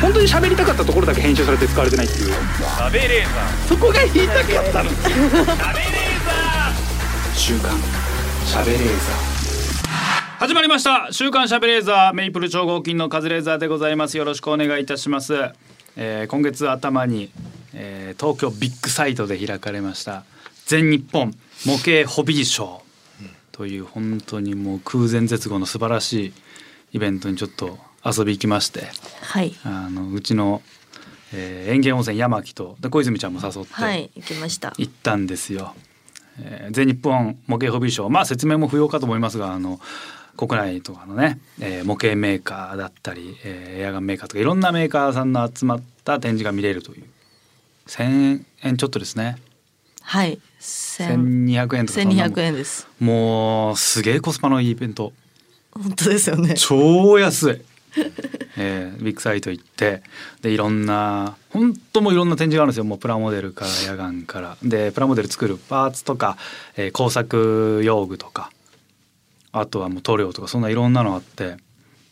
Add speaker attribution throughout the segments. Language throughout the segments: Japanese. Speaker 1: 本当に喋りたかったところだけ編集されて使われてないっていう
Speaker 2: 食べレーザ
Speaker 3: そこが言いたかったの
Speaker 2: ー食べレーザ
Speaker 1: 週刊喋れー
Speaker 2: ー始まりました週刊しゃべレーザーメイプル超合金のカズレーザーでございますよろしくお願いいたします、えー、今月頭に、えー、東京ビッグサイトで開かれました全日本模型ホビーショーという本当にもう空前絶後の素晴らしいイベントにちょっと遊び行きまして
Speaker 4: はい。
Speaker 2: あのうちの、えー、園芸温泉山木とで小泉ちゃんも誘って、
Speaker 4: はい、行きました。
Speaker 2: 行ったんですよ。えー全日本模型ホビーショー、まあ説明も不要かと思いますが、あの国内とかのね、えー模型メーカーだったり、えーエアガンメーカーとかいろんなメーカーさんの集まった展示が見れるという。1000円ちょっとですね。
Speaker 4: はい。千
Speaker 2: 1200円とかそ
Speaker 4: 千
Speaker 2: ん
Speaker 4: 二
Speaker 2: なもん
Speaker 4: 百円です。
Speaker 2: もうすげえコスパのいいイベント。
Speaker 4: 本当ですよね。
Speaker 2: 超安い、 えービッグサイト行ってでいろんな本当もういろんな展示があるんですよもうプラモデルからヤガンからでプラモデル作るパーツとか、えー工作用具とかあとはもう塗料とかそんないろんなのあって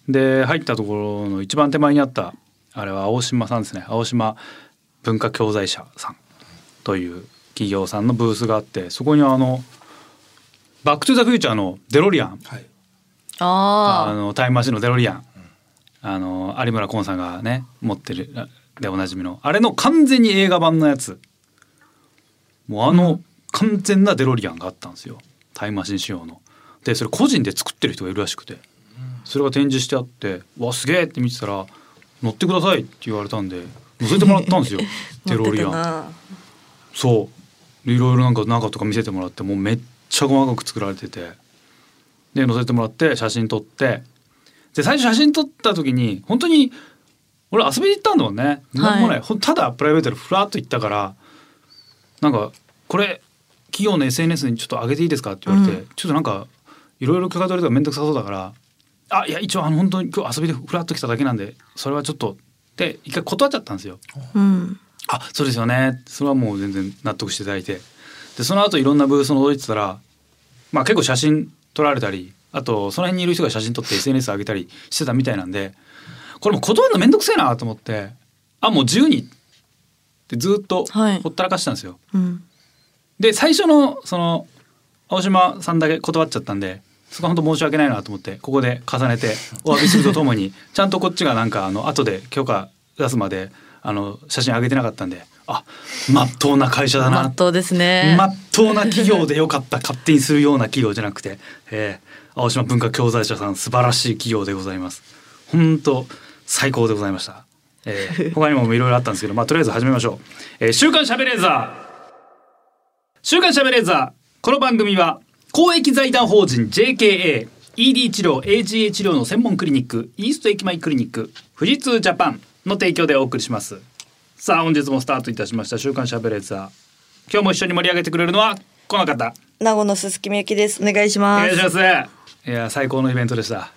Speaker 2: で入ったところの一番手前にあったあれは青島さんですね青島文化教材社さんという企業さんのブースがあってそこにあの「バック・トゥ・ザ・フューチャー」のデロリアン
Speaker 3: はい
Speaker 2: あ
Speaker 4: あ
Speaker 2: のタイムマシンのデロリアン、あの有村昆さんがね持ってるあでおなじみのあれの完全に映画版のやつもうあの完全なデロリアンがあったんですよタイムマシン仕様の。でそれ個人で作ってる人がいるらしくてそれが展示してあって「わすげえ!」って見てたら「乗ってください」って言われたんで乗せてもらったんです よ
Speaker 4: あ。
Speaker 2: デロリアン。
Speaker 4: ン。
Speaker 2: そういろいろなんか中とか見せてもらってもうめっちゃ細かく作られててで載せてもらって写真撮ってで最初写真撮った時に本当に俺遊びに行ったんだもんね、なんもないほんただプライベートでふらっと行ったからなんかこれ企業の SNS にちょっと上げていいですかって言われて、
Speaker 4: うん
Speaker 2: ちょっとなんかいろいろ許可取りとか面倒くさそうだからあいや一応あの本当に今日遊びでふらっと来ただけなんでそれはちょっとで一回断っちゃったんですよ。
Speaker 4: うん。
Speaker 2: あそうですよねそれはもう全然納得していただいてでその後いろんなブースの覗いてたらまあ結構写真撮られたりあとその辺にいる人が写真撮って SNS 上げたりしてたみたいなんでこれもう断るのめんどくせえなと思ってあもう自由にってずっと
Speaker 4: はい
Speaker 2: ほったらかしてたんですよ。
Speaker 4: うん。
Speaker 2: で最初のその青島さんだけ断っちゃったんでそこは本当申し訳ないなと思ってここで重ねてお詫びするとともに ちゃんとこっちがなんかあの後で許可出すまであの写真上げてなかったんであまっとうな会社だ
Speaker 4: ま
Speaker 2: な
Speaker 4: っとうですね。
Speaker 2: まっとうな企業でよかった勝手にするような企業じゃなくて、えー青島文化教材社さん素晴らしい企業でございます本当最高でございました、えー他にもいろいろあったんですけど、まあ、とりあえず始めましょう「えー週刊しゃべれーザー」週刊しゃべれーザーこの番組は公益財団法人 JKA ED 治療 AGA 治療の専門クリニックイースト駅前クリニック富士通ジャパンの提供でお送りしますさあ本日もスタートいたしました週刊しゃべれーザー今日も一緒に盛り上げてくれるのはこの方
Speaker 4: 名護の鈴木みゆきです。お願いし
Speaker 2: お
Speaker 4: ま
Speaker 2: 願いし
Speaker 4: す。
Speaker 2: ますいや最高のイベントでした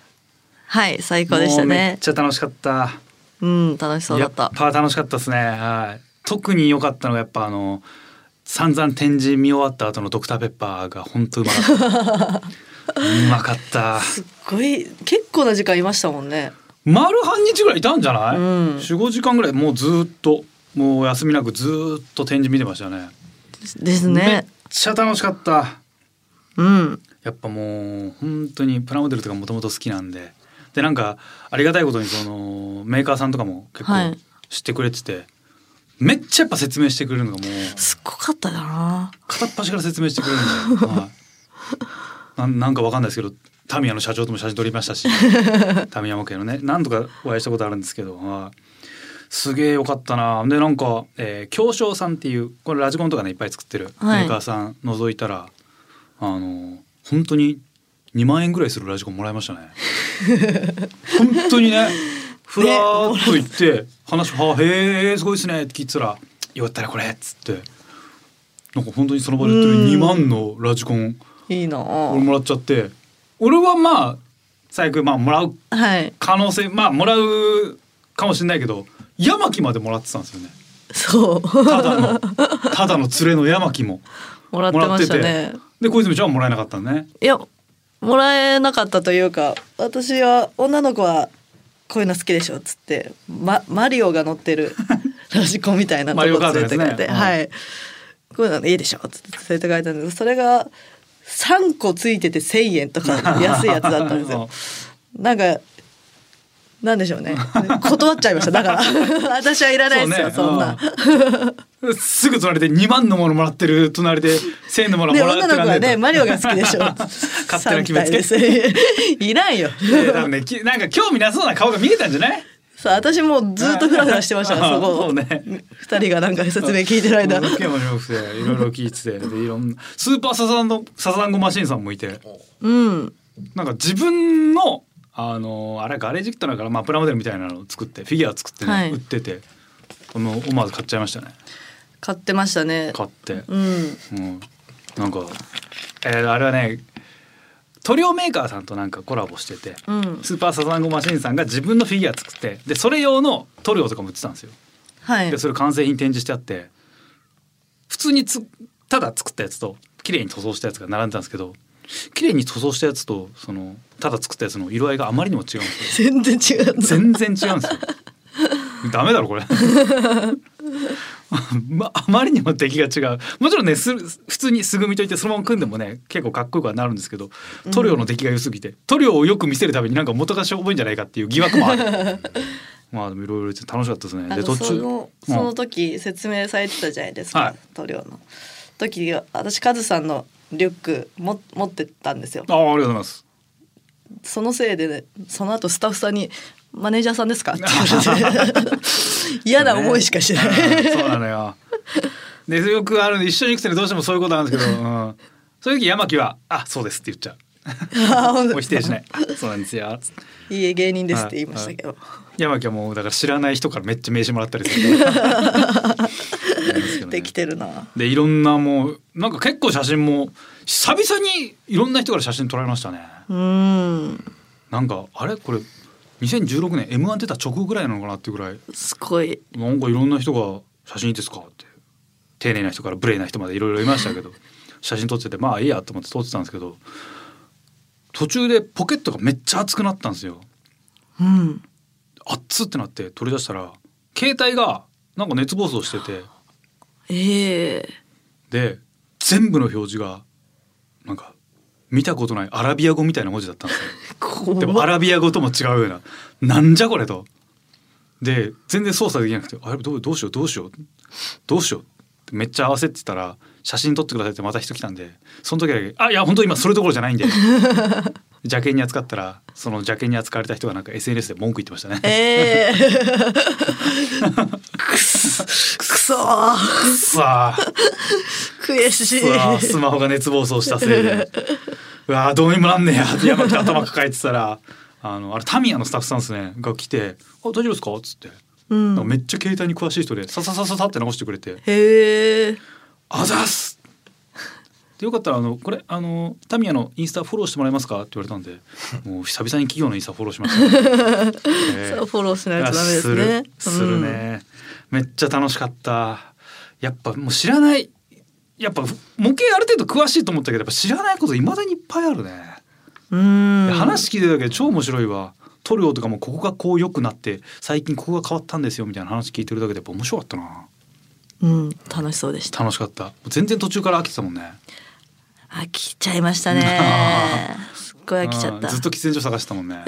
Speaker 4: はい、最高でした
Speaker 2: もうめっ
Speaker 4: ね。
Speaker 2: ちゃ楽しかった
Speaker 4: うん、楽しそうだった
Speaker 2: やっ。ぱ楽しかったですねはい特に良かったのがやっぱあの散々展示見終わった後のドクターペッパーが本当うまか ったうまかった
Speaker 4: すっごい、結構な時間いましたもんね。
Speaker 2: 丸半日ぐらいいたんじゃない、
Speaker 4: うん
Speaker 2: 四五45時間ぐらいもうずーっともう休みなくずーっと展示見てましたね
Speaker 4: です
Speaker 2: めっ
Speaker 4: ね。
Speaker 2: ちゃ楽しかった
Speaker 4: うん。
Speaker 2: やっぱもう本当にプラモデルとかもともと好きなんででなんかありがたいことにそのメーカーさんとかも結
Speaker 4: は
Speaker 2: 構
Speaker 4: い
Speaker 2: 知ってくれてて、めっちゃやっぱ説明してくれるのがもう
Speaker 4: すっごかっただな。
Speaker 2: 片っ端から説明してくれるん で、はい、なんなんかわかんないですけどタミヤの社長とも写真撮りました しタミヤ模型のね何度かお会いしたことあるんですけど、はい、すげえよかったなでなんか、えー、京商さんっていうこれラジコンとかねいっぱい作ってるメ
Speaker 4: はい
Speaker 2: ーカーさん覗いたら、あの本当に2万円ぐらいするラジコンもらいましたね 本当にねふらーっと行って話を「はあへえすごいですね」って聞いてたら「よかったらこれ」っつってなんか本当にその場で売ってる
Speaker 4: うん
Speaker 2: 2万のラジコン
Speaker 4: いいな。
Speaker 2: 俺もらっちゃって俺はまあ最悪まあもらう
Speaker 4: はい。
Speaker 2: 可能性まあもらうかもしれないけどヤマキまでもらってたんですよね
Speaker 4: そう。
Speaker 2: ただのただの連れのヤマキも
Speaker 4: もらってましたね。
Speaker 2: で小泉ちゃんはもらえなかったのね
Speaker 4: いやもらえなかったというか私は女の子はこういうの好きでしょ」っつって、ま、マリオが乗っ てるラジコンみたいなとこ
Speaker 2: マリオカー
Speaker 4: 連
Speaker 2: ト
Speaker 4: れ
Speaker 2: です
Speaker 4: て帰
Speaker 2: ね
Speaker 4: って、
Speaker 2: うん
Speaker 4: はいこういうのいいでしょっつって連れて帰ったんですけどそれが3個ついてて1,000円とか安いやつだったん ですよ。なんかなんでしょうね断っちゃいましただから 私はいらないですよそ,、んな。
Speaker 2: うんすぐ隣で2万のものもらってる隣で1,000円のものも
Speaker 4: ね、
Speaker 2: らって
Speaker 4: 女
Speaker 2: らん
Speaker 4: の
Speaker 2: ね
Speaker 4: 子
Speaker 2: えと
Speaker 4: はね、マリオが好きでしょ。
Speaker 2: 勝手な決めつけ
Speaker 4: 三体ですいらんよ。
Speaker 2: えー多分ねきなんか興味なそうな顔が見えたんじゃない
Speaker 4: そう、私もうずっとフラフラしてました から、そこ。
Speaker 2: そうね
Speaker 4: 二人がなんか説明聞いてる間。
Speaker 2: もう受けも良くていろいろ聞いててでいろんなスーパーサザンのサザンゴマシンさんもいて
Speaker 4: うん。
Speaker 2: なんか自分のあのあれガレージキットだから、まあ、プラモデルみたいなのを作ってフィギュア作ってね、
Speaker 4: はい
Speaker 2: 売っててこの思わず買っちゃいましたね
Speaker 4: 買ってましたね。
Speaker 2: 買って、
Speaker 4: うん。
Speaker 2: うん、なんか、えーあれはね塗料メーカーさんとなんかコラボしてて、
Speaker 4: うん。
Speaker 2: スーパーサザンゴマシンさんが自分のフィギュア作ってでそれ用の塗料とかも売ってたんですよ。
Speaker 4: はい
Speaker 2: で。それ完成品展示してあって普通につただ作ったやつと綺麗に塗装したやつが並んでたんですけど綺麗に塗装したやつとそのただ作ったやつの色合いがあまりにも違うんですよ。
Speaker 4: 全然違う。
Speaker 2: 全然違うんですよ。ダメだろこれ。 まあまりにも出来が違うもちろんねす普通に素組みといてそのまま組んでもね結構かっこよくはなるんですけど塗料の出来が良すぎて、塗料をよく見せるためになんか元がしょぼいんじゃないかっていう疑惑もあ るまあでもいろいろ楽しかったですね
Speaker 4: あ
Speaker 2: で
Speaker 4: の
Speaker 2: 途
Speaker 4: そ
Speaker 2: 中
Speaker 4: の
Speaker 2: うん
Speaker 4: その時説明されてたじゃないですか、
Speaker 2: はい
Speaker 4: 塗料の時私カズさんのリュックも持ってたんですよ
Speaker 2: ああありがとうございます
Speaker 4: そのせいで、ね、その後スタッフさんに「マネージャーさんですか?」って言わ れて嫌な思いしかし ない、
Speaker 2: うんそうなのよでよくあるんで一緒に行くとねどうしてもそういうことなんですけど、うん、そういう時山木は「あそうです」って言っちゃうもう否定しないあ「そうなんですよ」つって
Speaker 4: いいえ芸人ですって言いましたけど、
Speaker 2: 山木はもうだから知らない人からめっちゃ名刺もらったりするからやりますけどね
Speaker 4: できてるな
Speaker 2: でいろんなもうなんか結構写真も久々にいろんな人から写真撮られましたね
Speaker 4: うん
Speaker 2: なんかあれこれ2016年 m 1出た直後ぐらいなのかなっていうぐらい
Speaker 4: すごい
Speaker 2: なんかいろんな人が「写真いいですか?」って丁寧な人から無礼な人までいろいろいましたけど 写真撮っててまあいいやと思って撮ってたんですけど途中でポケットがめっちゃ熱くなったんですよ。
Speaker 4: うん
Speaker 2: 熱ってなって取り出したら携帯がなんか熱暴走してて
Speaker 4: ええ
Speaker 2: で全部の表示がなんか見たことないアラビア語みたいな文字だったんですよ。
Speaker 4: 怖
Speaker 2: でもアラビア語とも違うようななんじゃこれとで全然操作できなくてあれどうどうしようどうしようどうしようってめっちゃ合わせてたら写真撮ってくださいってまた人来たんでその時だけ「あいや本当今それどころじゃないんで」邪険に扱ったらその邪険に扱われた人がなんか SNS で文句言ってましたね。
Speaker 4: ええくそくそー
Speaker 2: さあ
Speaker 4: 悔しい
Speaker 2: くわスマホが熱暴走したせいでうわどうにもなんねえやって山木頭抱えてたらあのあれタミヤのスタッフさんですねが来て「あ大丈夫ですか?」っつって、
Speaker 4: う
Speaker 2: なんか
Speaker 4: ん
Speaker 2: めっちゃ携帯に詳しい人でさささささって直してくれて
Speaker 4: へえ
Speaker 2: 「あざっす!」でよかったらあのこれあのタミヤのインスタフォローしてもらえますかって言われた んでもう久々に企業のインスタフォローしました、ええ
Speaker 4: そうフォローしないとダメです
Speaker 2: い
Speaker 4: ね
Speaker 2: やするするね、めっちゃ楽しかったやっぱもう知らないやっぱ模型ある程度詳しいと思ったけどやっぱ知らないこといまだにいっぱいあるね、
Speaker 4: うんうん
Speaker 2: 話聞いてるだけで超面白いわ塗料とかもここがこう良くなって最近ここが変わったんですよみたいな話聞いてるだけでやっぱ面白かったな
Speaker 4: うん楽しそうでした
Speaker 2: 楽しかったもう全然途中から飽きてたもんね
Speaker 4: 飽きちゃいましたねすっごい飽きちゃった
Speaker 2: うんずっと喫煙所探してたもん ね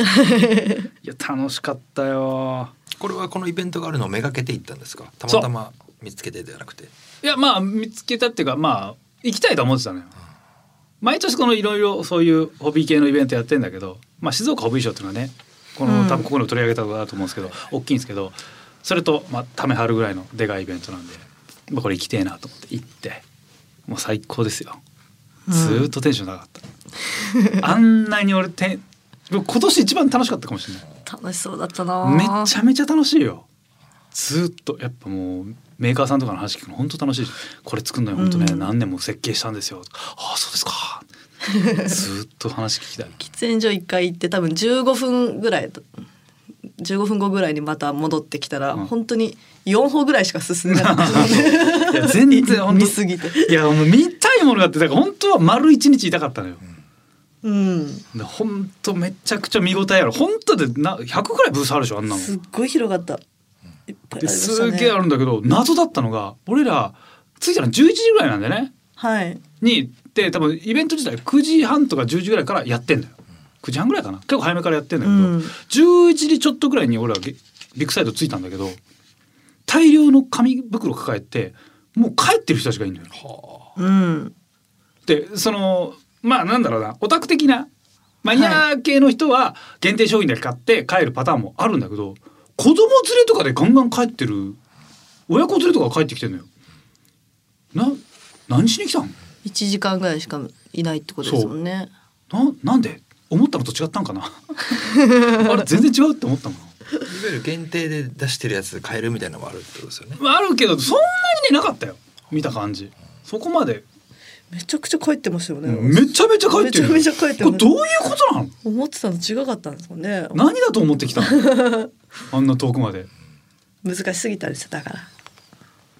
Speaker 2: いや楽しかったよ
Speaker 5: これはこのイベントがあるのをめがけて行ったんですかたまたま見つけてではなくて
Speaker 2: いやまあ見つけたっていうかまあ行きたいと思ってたのよ。毎年このいろいろそういうホビー系のイベントやってんだけど、まあ、静岡ホビーショーっていうのはねこの、
Speaker 4: うん
Speaker 2: 多分ここでも取り上げたことだと思うんですけど大きいんですけどそれと、まあ、ためはるぐらいのでかいイベントなんで、まあ、これ行きてえなと思って行ってもう最高ですよ。ずーっとテンション上がった。あんなに俺てん僕今年一番楽しかったかもしれない。
Speaker 4: 楽しそうだったな
Speaker 2: めちゃめちゃ楽しいよずーっとやっぱもうメーカーさんとかの話聞くの本当楽しいしこれ作るのよ本当ね、
Speaker 4: うん
Speaker 2: 何年も設計したんですよああそうですか ずーっと話聞きたい
Speaker 4: 喫煙所一回行って多分15分ぐらい15分後ぐらいにまた戻ってきたら、
Speaker 2: うん
Speaker 4: 本当に4歩ぐらいしか進ん でなかったですね
Speaker 2: いや全然本当
Speaker 4: 見すぎて
Speaker 2: いやもう見たいものがあってだから本当は丸一日いたかったのよ、
Speaker 4: うん
Speaker 2: でほんとめちゃくちゃ見応えあるほんとでな100くらいブースあるでしょあんなの。
Speaker 4: すっごい広がったいっぱいありまし
Speaker 2: す
Speaker 4: た
Speaker 2: げえあ
Speaker 4: ね
Speaker 2: るんだけど謎だったのが俺ら着いたの11時ぐらいなんだよね。
Speaker 4: はい
Speaker 2: にで多分イベント自体9時半とか10時ぐらいからやってんだよ9時半ぐらいかな結構早めからやってんだけど、
Speaker 4: うん
Speaker 2: 11時ちょっとぐらいに俺はゲビッグサイト着いたんだけど大量の紙袋抱えてもう帰ってる人たちがいるんだよ。
Speaker 4: うん
Speaker 2: でそのまあなんだろうなオタク的なマニア系の人は限定商品だけ買って帰るパターンもあるんだけど子供連れとかでガンガン帰ってる親子連れとかが帰ってきてんのよ。な何しに来たん
Speaker 4: 一時間ぐらいしかいないってことですもんね
Speaker 2: ななんで思ったのと違ったんかな あれ全然違うって思ったのか
Speaker 5: いわゆる限定で出してるやつで買えるみたいなのもあるってことですよね。
Speaker 2: なまああるけどそんなにねなかったよ見た感じそこまで
Speaker 4: めちゃくちゃ帰ってましたよね
Speaker 2: めちゃめちゃ書いてる
Speaker 4: めちゃめちゃ書いて
Speaker 2: これ
Speaker 4: る
Speaker 2: どういうことなの
Speaker 4: 思ってたの違かったんですもんね
Speaker 2: 何だと思ってきたの あんな遠くまで
Speaker 4: 難しすぎたんですよだから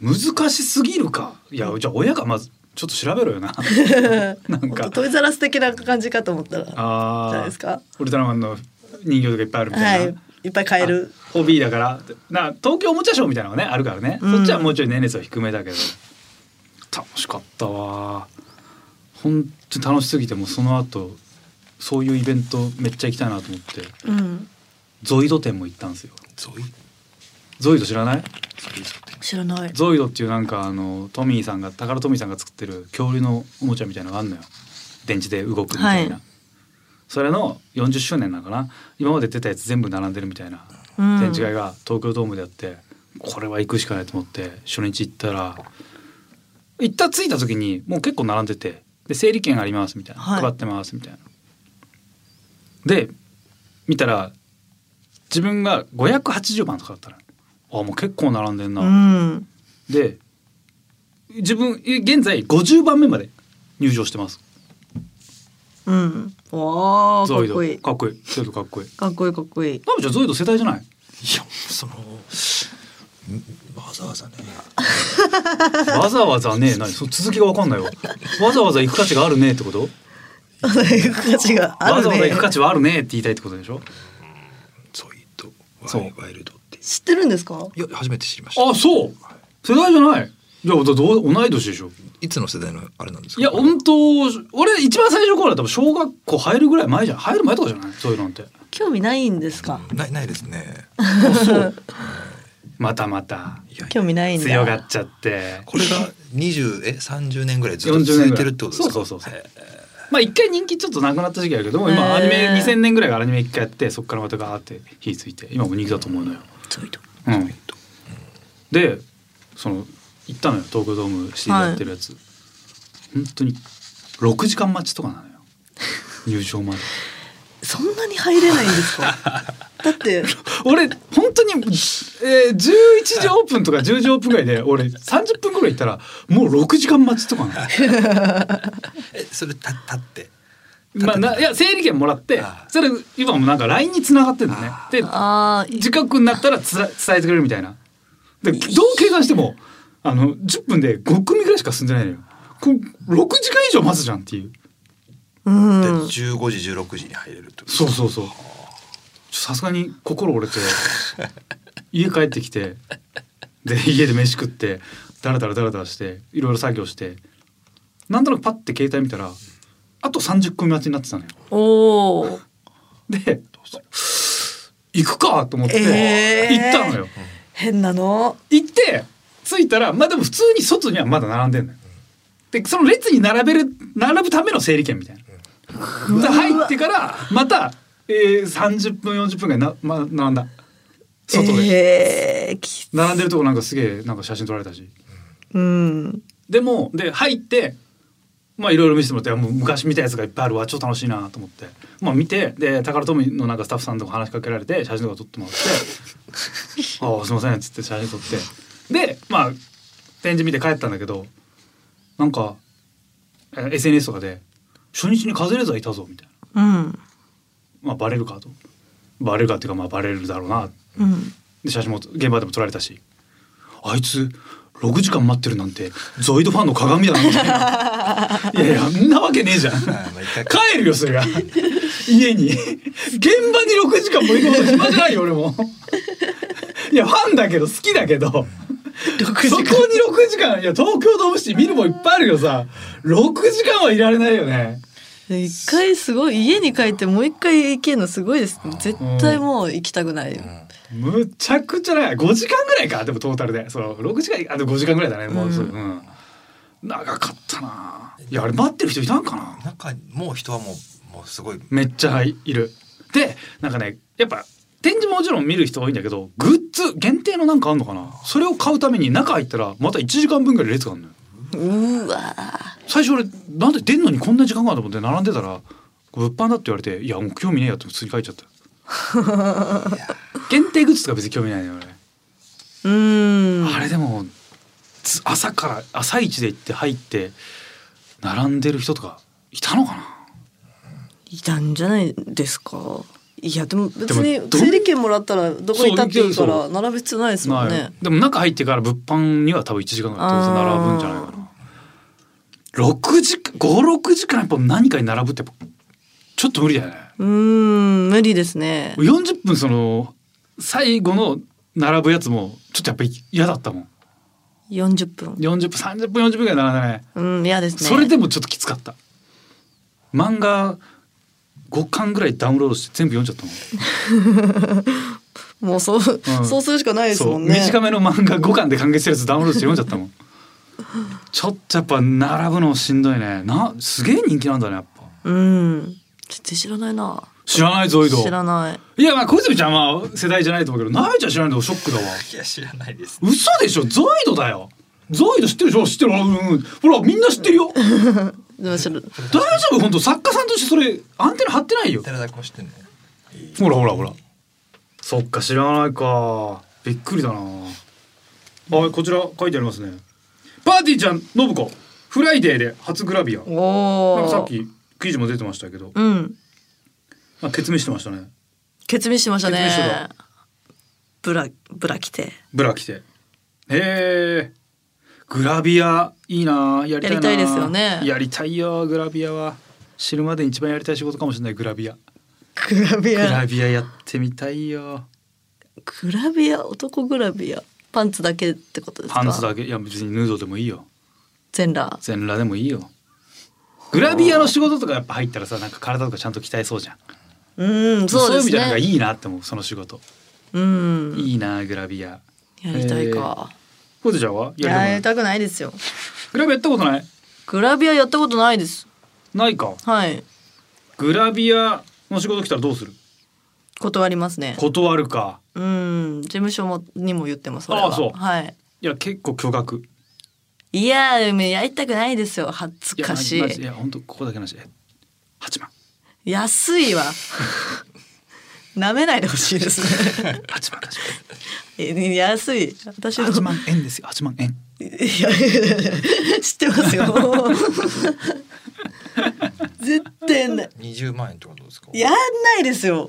Speaker 2: 難しすぎるかいやじゃあ親がまずちょっと調べろよななん
Speaker 4: 本当
Speaker 2: か
Speaker 4: トイザらス的な感じかと思ったらじゃ
Speaker 2: あ
Speaker 4: ない
Speaker 2: あ
Speaker 4: ですか
Speaker 2: ウルトラマンの人形とかいっぱいあるみた
Speaker 4: は
Speaker 2: な、
Speaker 4: いいいっぱい買える
Speaker 2: ホビーだからな東京おもちゃショーみたいなのがねあるからね、
Speaker 4: うん
Speaker 2: そっちはもうちょい年齢層低めだけど楽しかったわ本当に楽しすぎてもうその後そういうイベントめっちゃ行きたいなと思って
Speaker 4: うん
Speaker 2: ゾイド展も行ったんですよ
Speaker 5: ゾイゾイ
Speaker 2: ゾイド知らない
Speaker 5: ゾって
Speaker 4: 知らない
Speaker 2: ゾイドっていうなんかあのトミーさんが宝トミーさんが作ってる恐竜のおもちゃみたいなのがあるのよ電池で動くみたいな、
Speaker 4: はい
Speaker 2: それの40周年なのかな今まで出たやつ全部並んでるみたいな
Speaker 4: うん
Speaker 2: 展示会が東京ドームでやってこれは行くしかないと思って初日行ったら行った着いた時にもう結構並んでてで整理券ありますみたいな、
Speaker 4: はい
Speaker 2: 配ってますみたいな。で見たら自分が580番とかだったらあもう結構並んでんな、
Speaker 4: うん
Speaker 2: で自分え現在50番目まで入場してます
Speaker 4: うんおおか
Speaker 2: ゾ
Speaker 4: っ
Speaker 2: イド
Speaker 4: こいい
Speaker 2: かっこいいゾイドかっこいい
Speaker 4: かっこいいかっこいい
Speaker 2: ナムちゃんゾイド世代じゃ
Speaker 5: い
Speaker 2: ない
Speaker 5: やそのんわざわざね
Speaker 2: わざわざねえ何その続きがわかんないわわざわざ行く価値があるねえってこと
Speaker 4: 価値があ
Speaker 2: わ
Speaker 4: る
Speaker 2: ざわざ
Speaker 4: ね
Speaker 2: 行く価値はあるねえって言いたいってことでしょ
Speaker 5: ゾイと
Speaker 2: そう
Speaker 5: ワイワイルドって
Speaker 4: 知ってるんですか
Speaker 5: いや初めて知りました
Speaker 2: あそう世代じゃないいやだどう同い年でしょ
Speaker 5: いつの世代のあれなんですか
Speaker 2: いや本当俺一番最初の頃だった小学校入るぐらい前じゃん入る前とかじゃないそういうのって
Speaker 4: 興味ないんですか
Speaker 5: ないないですね
Speaker 2: またまた
Speaker 5: いやいや
Speaker 4: 興味ないんだ
Speaker 2: 強がっちゃって
Speaker 5: これが20え30年ぐらいずっと
Speaker 2: 40
Speaker 5: 続
Speaker 2: 年
Speaker 5: い
Speaker 2: ぐら
Speaker 5: て
Speaker 2: い
Speaker 5: るってことですか
Speaker 2: そうそうそうそうまあ一回人気ちょっとなくなった時期あるけども
Speaker 4: へ
Speaker 2: 今
Speaker 4: ー
Speaker 2: アニメ2000年ぐらいからアニメ一回やってそこからまたガーって火ついて今も人気だと思うのよ。
Speaker 4: ゾイド
Speaker 2: うん、でその行ったのよ東京ドームシティでやってるやつ、本当に6時間待ちとかなのよ入場まで
Speaker 4: そんなに入れないんで すかだって
Speaker 2: 俺本当に、えー、11時オープンとか10時オープンぐらいで俺30分ぐらい行ったらもう6時間待ちとかなの
Speaker 5: えそれた立って
Speaker 2: まあ、ないや整理券もらって
Speaker 5: あー
Speaker 2: それ今もなんか LINE に繋がってるのねで
Speaker 4: あー
Speaker 2: 時刻になったらつら伝えてくれるみたいなでどう計算してもあの10分で5組ぐらいしか進んでないのよこう6時間以上待つじゃんっていう
Speaker 4: うん
Speaker 5: で15時16時に入れるってこと
Speaker 2: そうそうそうちょさすがに心折れて家帰ってきてで家で飯食ってダラダラダラダラしていろいろ作業してなんとなくパッて携帯見たらあと30組待ちになってたのよ
Speaker 4: おお
Speaker 2: で行くかと思って
Speaker 4: えー
Speaker 2: 行ったのよ、
Speaker 4: 変なの
Speaker 2: 行って着いたらまあでも普通に外にはまだ並んでんのよでその列に並べる並ぶための整理券みたいなで入ってからまた、えー、30分40分ぐらいな、まあ、並んだ外で、
Speaker 4: えー、き
Speaker 2: 並んでるとこなんかすげえなんか写真撮られたし
Speaker 4: うん
Speaker 2: でもで入ってまあいろいろ見せてもらってあもう昔見たやつがいっぱいあるわ超楽しいなと思ってまあ見てで宝トミーのなんかスタッフさんとか話しかけられて写真とか撮ってもらって「ああすいません」っつって写真撮ってでまあ展示見て帰ったんだけどなんかえ SNS とかで「初日にカズレーザーいたぞ」みたいな
Speaker 4: うん
Speaker 2: まあバレるかとバレるかっていうかまあバレるだろうな
Speaker 4: うん
Speaker 2: で写真も現場でも撮られたしあいつ6時間待ってるなんてゾイドファンの鏡だなみたいないやいやんなわけねえじゃん
Speaker 5: あまあ一回
Speaker 2: 帰るよそりゃ家に現場に6時間も行くほど暇じゃないよ俺もいやファンだけど好きだけどそこに6時間いや東京ドームシティ見るもんいっぱいあるけどさ6時間はいられないよね
Speaker 4: 一回すごい家に帰ってもう一回行けるのすごいです絶対もう行きたくない、
Speaker 2: むちゃくちゃ長い5時間ぐらいかでもトータルでそう6時間あでも5時間ぐらいだねもう、
Speaker 4: うん
Speaker 2: そううん長かったないやあれ待ってる人いたんかな
Speaker 5: 中にもう人はもうもうすごい
Speaker 2: めっちゃいるでなんかねやっぱ展示もちろん見る人多いんだけどグッズ限定のなんかあんのかなそれを買うために中入ったらまた1時間分ぐらい列があるのよ
Speaker 4: うーわ
Speaker 2: 最初俺なんで出んのにこんな時間があると思って並んでたら物販だって言われていやもう興味ねえやって普通に書いちゃった限定グッズとか別に興味ないのよ俺
Speaker 4: うーん
Speaker 2: あれでもつ朝から朝一で行って入って並んでる人とかいたのかない
Speaker 4: たんじゃないですかいやでも別
Speaker 2: で
Speaker 4: に
Speaker 2: もどん
Speaker 4: 整理券もらったらどこにいたっていい
Speaker 2: そ
Speaker 4: か
Speaker 2: う
Speaker 4: ら並ぶ必要ないですもん
Speaker 2: な
Speaker 4: ね
Speaker 2: いでも中入ってから物販には多分1時間ぐらい当然並ぶんじゃないかな6時間56時間やっぱ何かに並ぶってやっぱちょっと無理だよね
Speaker 4: うーん無理ですね
Speaker 2: 40分その最後の並ぶやつもちょっとやっぱ嫌だったもん
Speaker 4: 40
Speaker 2: 40
Speaker 4: 分
Speaker 2: 分30分40分ぐらい並んだね
Speaker 4: うん嫌ですね
Speaker 2: それでもちょっときつかった漫画5巻ぐらいダウンロードして全部読んじゃったもん
Speaker 4: もうそう、
Speaker 2: ん
Speaker 4: そうするしかないです
Speaker 2: そ
Speaker 4: も
Speaker 2: うん
Speaker 4: ね
Speaker 2: 短めの漫画5巻で完結してるやつダウンロードして読んじゃったもんちょっとやっぱ並ぶのしんどいねなすげえ人気なんだねやっぱ
Speaker 4: うん全然知らないな
Speaker 2: 知らないゾイド
Speaker 4: 知らない
Speaker 2: いやまあ小泉ちゃんは世代じゃないと思うけどなめちゃん知らないのショックだわ
Speaker 5: いや知らないです
Speaker 2: 嘘でしょゾイドだよゾイド知ってるでしょ知ってるうんうんほらみんな知ってるよ大
Speaker 4: でも知ら
Speaker 2: 丈夫本当作家さんとしてそれアンテナ張ってないよ
Speaker 5: 寺田君知ってんの
Speaker 2: ほらほらほら。そっか知らないか。びっくりだな。あこちら書いてありますね。パーティーちゃん信子フライデーで初グラビア。
Speaker 4: お
Speaker 2: なん
Speaker 4: お
Speaker 2: かさっき記事も出てましたけど、
Speaker 4: うん
Speaker 2: あ決明してましたね。
Speaker 4: 決意してましたね
Speaker 2: 決意して
Speaker 4: ブラブラ着て
Speaker 2: ブラ着て。へえ。グラビアいいなやりたいな。
Speaker 4: やりたいですよね
Speaker 2: やりたいよグラビアは。死ぬまでに一番やりたい仕事かもしれないグラビア。
Speaker 4: グラビ
Speaker 2: グラ
Speaker 4: ア
Speaker 2: ビアやってみたいよ。
Speaker 4: グラビア男グラビアパンツだけってことですか
Speaker 2: パンツだけいや別にヌードでもいいよ。
Speaker 4: 全裸
Speaker 2: 全裸でもいいよグラビアの仕事とかやっぱ入ったらさなんか体とかちゃんと鍛えそうじゃん
Speaker 4: うんそ
Speaker 2: い
Speaker 4: う
Speaker 2: う
Speaker 4: で
Speaker 2: 意
Speaker 4: す
Speaker 2: 味でなんか
Speaker 4: ね
Speaker 2: いいなって思うその仕事、
Speaker 4: うん
Speaker 2: いいなグラビア
Speaker 4: やりたいか
Speaker 2: ポテちゃんはやりたくない
Speaker 4: やりたくないですよ
Speaker 2: グラビアやったことない
Speaker 4: グラビアやったことないです
Speaker 2: ないか
Speaker 4: はい
Speaker 2: グラビアの仕事来たらどうする
Speaker 4: 断りますね
Speaker 2: 断るか
Speaker 4: うん事務所もにも言ってますれ
Speaker 2: あ
Speaker 4: は
Speaker 2: そう
Speaker 4: はい
Speaker 2: いや結構巨額
Speaker 4: いやでもやりたくないですよ恥ず
Speaker 2: や
Speaker 4: かし
Speaker 2: マジマジい
Speaker 4: い
Speaker 2: や本当ここだけなしえ8万
Speaker 4: 安いわ 舐めないでほしいです ね
Speaker 2: 8万確か
Speaker 4: え安い私の
Speaker 2: 8万円ですよ8万円
Speaker 4: いやいやいや 知ってますよ絶対ない
Speaker 5: 20万円ってことですか
Speaker 4: やんないですよ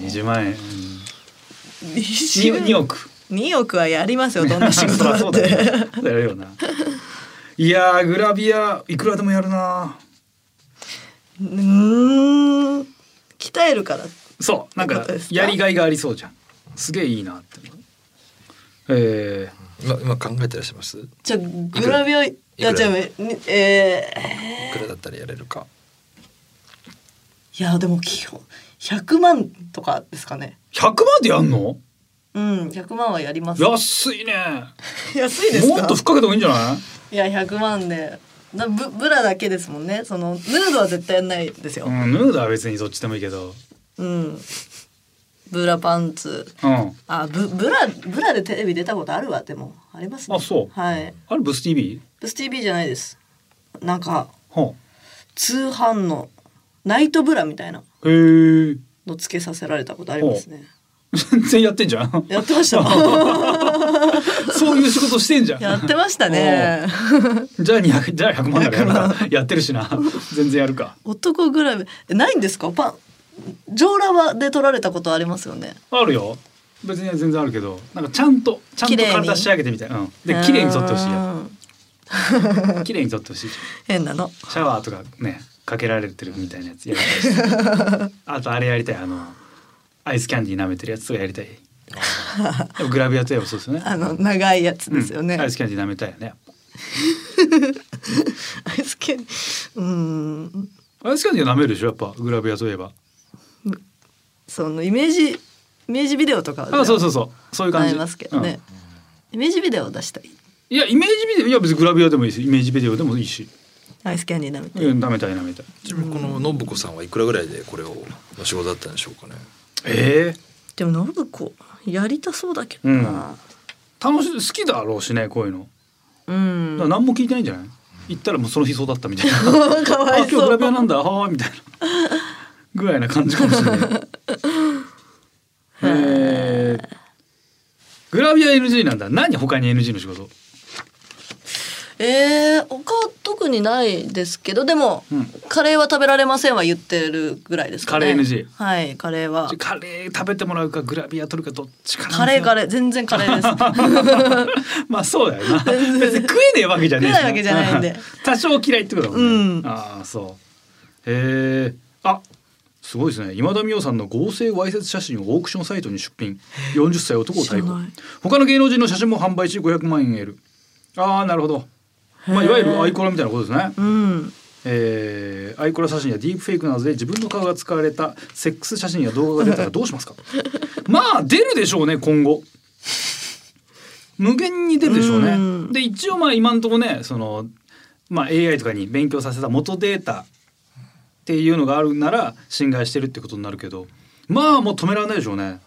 Speaker 2: 20万円
Speaker 4: 2
Speaker 2: 2, 億
Speaker 4: 2億はやりますよどんな仕事
Speaker 2: まあ
Speaker 4: だ
Speaker 2: そう
Speaker 4: っ
Speaker 2: だ
Speaker 4: て
Speaker 2: ねそうだよないやーグラビアいくらでもやるな
Speaker 4: うーん鍛えるから
Speaker 2: そうなん
Speaker 4: って
Speaker 2: か
Speaker 4: ことですか
Speaker 2: やりがいがありそうじゃんすげえいいなってえ
Speaker 5: 今今考えてらっしゃいますい
Speaker 4: じゃあグラビアいや
Speaker 5: いく
Speaker 4: じゃ
Speaker 5: ら
Speaker 4: あにえ
Speaker 5: くらだったらやれるか
Speaker 4: ー、いやでも基本100万とかですかね
Speaker 2: ー、100万でやんの
Speaker 4: うん100万はやります
Speaker 2: 安いね
Speaker 4: 安いです
Speaker 2: もっ
Speaker 4: か
Speaker 2: とふっかけた方がいいんじゃない
Speaker 4: いや100万でなブブラだけですもんねそのヌードは絶対やんないですよ
Speaker 2: うんヌードは別にどっちでもいいけど
Speaker 4: うんブラパンツ
Speaker 2: うん
Speaker 4: あブブラブラでテレビ出たことあるわでもありますね
Speaker 2: あそう
Speaker 4: はい
Speaker 2: あれブス TV?
Speaker 4: ブス TV じゃないですなんか
Speaker 2: は
Speaker 4: 通販のナイトブラみたいな
Speaker 2: あ、へえ
Speaker 4: のつけさせられたことありますね
Speaker 2: 全然やってんじ ゃん
Speaker 4: やってました
Speaker 2: そういう仕事してんじゃん
Speaker 4: やってましたね
Speaker 2: じゃあ200じゃあ100万だからやってるしな全然やるか
Speaker 4: 男グラビえないんですかパン上裸はで撮られたことありますよね
Speaker 2: あるよ別に全然あるけどなんかちゃんとちゃんと
Speaker 4: 綺麗に
Speaker 2: 体仕上げてみたいな、うん、で綺麗に撮ってほしいや
Speaker 4: うん
Speaker 2: ん綺麗に撮ってほしいじゃ
Speaker 4: 変なの
Speaker 2: んシャワーとかねかけられてるみたいなやつやりたい しあとあれやりたいあのアイスキャンディー舐めてるやつとかやり たいでもグラビアといえばそうですよね
Speaker 4: あの長いやつですよね、
Speaker 2: うん
Speaker 4: ア
Speaker 2: ア
Speaker 4: イ
Speaker 2: イスキャンディー舐めたいよね
Speaker 4: ス ケうん
Speaker 2: アイスキャンディーは舐めるでしょやっぱグラビアといえば
Speaker 4: そのイメージイメージビデオとか
Speaker 2: あそうそうそうそういう感
Speaker 4: あ
Speaker 2: じ
Speaker 4: りますけどね、イメージビデオを出したい
Speaker 2: うんいやイメージビデオいや別にグラビアでもいいしイメージビデオでもいいし
Speaker 4: アイスキャンディー舐めて
Speaker 2: うん舐めたい舐めたい
Speaker 5: ちなみにこの信子さんはいくらぐらいでこれをの仕事だったんでしょうかね。
Speaker 2: ええ
Speaker 4: でも信子やりたそうだけどな
Speaker 2: 楽しい好きだろうしねこういうの
Speaker 4: うん、
Speaker 2: だから何も聞いてないんじゃない行ったらもうその日そうだったみたいなあ
Speaker 4: かわい
Speaker 2: 今日
Speaker 4: そ
Speaker 2: グラ
Speaker 4: う
Speaker 2: ビアなんだはーいみたいなぐらいな感じかもし れないえーグラビア NG なんだ何他に NG の仕事
Speaker 4: えー、他特にないですけどでも、
Speaker 2: うん
Speaker 4: カレーは食べられませんは言ってるぐらいですか
Speaker 2: カ
Speaker 4: ね
Speaker 2: レー NG
Speaker 4: はいカレーは
Speaker 2: カレー食べてもらうかグラビア取るかどっちかなんだよ
Speaker 4: カレーカレー全然カレーです
Speaker 2: まあそうだよ な。別に食えねえわけじゃねえし。
Speaker 4: 食えないわけじゃないんで。
Speaker 2: 多少嫌いってことだもんね。
Speaker 4: うん
Speaker 2: ああそう。へえ。あすごいですね。今田美桜さんの合成わいせつ写真をオークションサイトに出品。40歳男を逮
Speaker 4: 知ら
Speaker 2: 捕
Speaker 4: ない。
Speaker 2: 他の芸能人の写真も販売し500万円得る。ああなるほど。まあいわゆるアイコラみたいなことですね。
Speaker 4: うん
Speaker 2: えーアイコラ写真やディープフェイクなどで自分の顔が使われたセックス写真や動画が出たらどうしますかまあ出るでしょうね今後無限に出るでしょう
Speaker 4: う
Speaker 2: ね
Speaker 4: ん
Speaker 2: で一応まあ今んとこねその、まあ、AI とかに勉強させた元データっていうのがあるなら侵害してるってことになるけどまあもう止められないでしょうね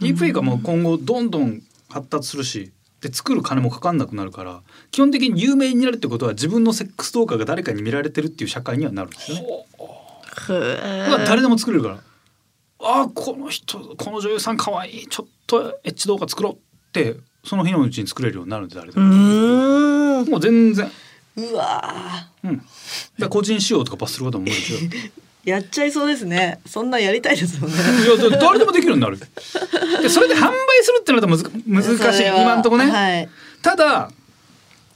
Speaker 2: ディープフェイクはもう今後どんどん発達するしで作る金もかかんなくなるから基本的に有名になるってことは自分のセックス動画が誰かに見られてるっていう社会にはなるんですよね。
Speaker 4: へー
Speaker 2: だから誰でも作れるからああこの人この女優さん可愛いちょっとエッチ動画作ろうってその日のうちに作れるようになるんで誰で
Speaker 4: う
Speaker 2: も。
Speaker 4: ーん
Speaker 2: もう全然、
Speaker 4: うわ
Speaker 2: うん、だから個人仕様とか罰することも無理でしょ。
Speaker 4: ーやっちゃいそうですねそんなんやりたいですもんね
Speaker 2: いやだ誰でもできるようになるでそれで販売するってなるとむず難し
Speaker 4: そ
Speaker 2: い
Speaker 4: れは
Speaker 2: 今んとこね、
Speaker 4: はい
Speaker 2: ただ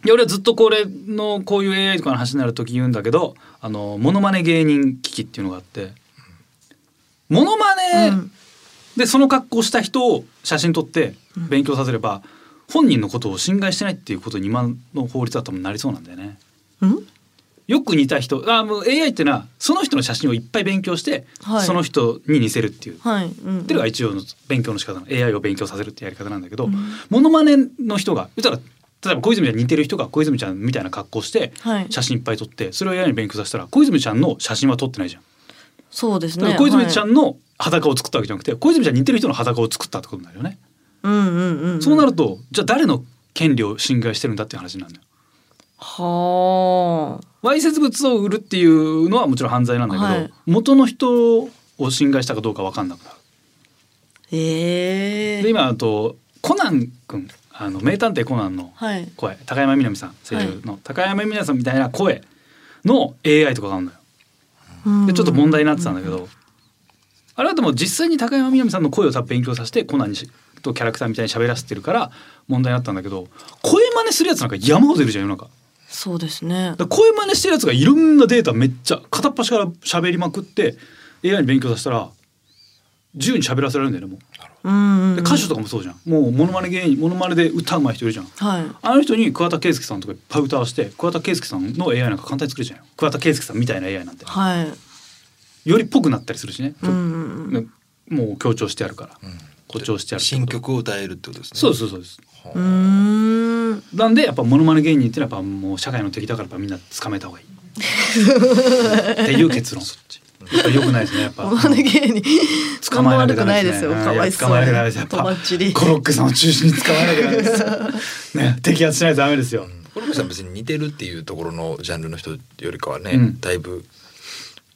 Speaker 2: いや俺はずっとこれのこういう AI とかの話になる時言うんだけどあのモノマネ芸人機器っていうのがあってモノマネ
Speaker 4: うん
Speaker 2: でその格好した人を写真撮って勉強させれば本人のことを侵害してないっていうことに今の法律だともなりそうなんだよね。
Speaker 4: うん
Speaker 2: よく似た人あもう AI っていうのはその人の写真をいっぱい勉強して、
Speaker 4: はい
Speaker 2: その人に似せるっていう
Speaker 4: はいうん
Speaker 2: っていうのが一応の勉強の仕方なの AI を勉強させるってやり方なんだけど、モノマネの人が言ったら例えば小泉ちゃんに似てる人が小泉ちゃんみたいな格好して
Speaker 4: はい
Speaker 2: 写真いっぱい撮ってそれを AI に勉強させたら小泉ちゃんの写真は撮ってないじゃん。
Speaker 4: そうです
Speaker 2: だか
Speaker 4: ね
Speaker 2: ら小泉ちゃ
Speaker 4: はい
Speaker 2: んの裸を作ったわけじゃなくて小泉ちゃんに似てる人の裸を作ったってことになるよね。
Speaker 4: うんうんうんうん
Speaker 2: そうなるとじゃあ誰の権利を侵害してるんだっていう話になるんだよ。
Speaker 4: はあ
Speaker 2: わいせつ物を売るっていうのはもちろん犯罪なんだけど、
Speaker 4: はい
Speaker 2: 元の人を侵害したかどうか分かんなくなる。
Speaker 4: ええ
Speaker 2: で今あとコナン君あの名探偵コナンの、
Speaker 4: はい
Speaker 2: 声高山みなみさん声優の、高山みなみさんみたいな声の AI とかがあるのよでちょっと問題になってたんだけど、あれはでも実際に高山みなみさんの声を多分勉強させてコナンにしとキャラクターみたいに喋らせてるから問題になったんだけど声真似するやつなんか山ほどいるじゃん世の中。
Speaker 4: そうですね
Speaker 2: だから声真似してるやつがいろんなデータめっちゃ片っ端から喋りまくって AI に勉強させたら自由に喋らせられるんだよねも
Speaker 4: うんうん
Speaker 2: う。で歌手とかもそうじゃんもうモノマネ芸人モノマネで歌うまい人いるじゃん。
Speaker 4: はい
Speaker 2: あの人に桑田佳祐さんとかいっぱい歌わして桑田佳祐さんの AI なんか簡単に作れちゃうよ桑田佳祐さんみたいな AI なんて
Speaker 4: はい
Speaker 2: よりっぽくなったりするしね、
Speaker 4: うんうんうん
Speaker 2: ねもう強調してやるから、誇張してやるってこと
Speaker 5: 新曲を歌えるってことですね。
Speaker 2: そうそうそうです
Speaker 4: うーん
Speaker 2: なんでやっぱモノマネ芸人ってのはやっぱもう社会の敵だからやっぱみんな捕まえた方がいいっていう結論よくないですねやっ ぱ
Speaker 4: モノマネ芸人
Speaker 2: 捕まえなきゃ
Speaker 4: あんま悪く
Speaker 2: ダ
Speaker 4: ない
Speaker 2: メ
Speaker 4: で
Speaker 2: です
Speaker 4: す
Speaker 2: ね
Speaker 4: よかわいそ
Speaker 2: や捕
Speaker 4: う
Speaker 2: まえなきゃダメですやっ
Speaker 4: とば
Speaker 2: ぱ
Speaker 4: っちり
Speaker 2: コロックさんを中心に捕まえなきゃダメです ね摘発しないとダメですよ、
Speaker 5: これもさん別に似てるっていうところのジャンルの人よりかはね、
Speaker 2: うん
Speaker 5: だいぶ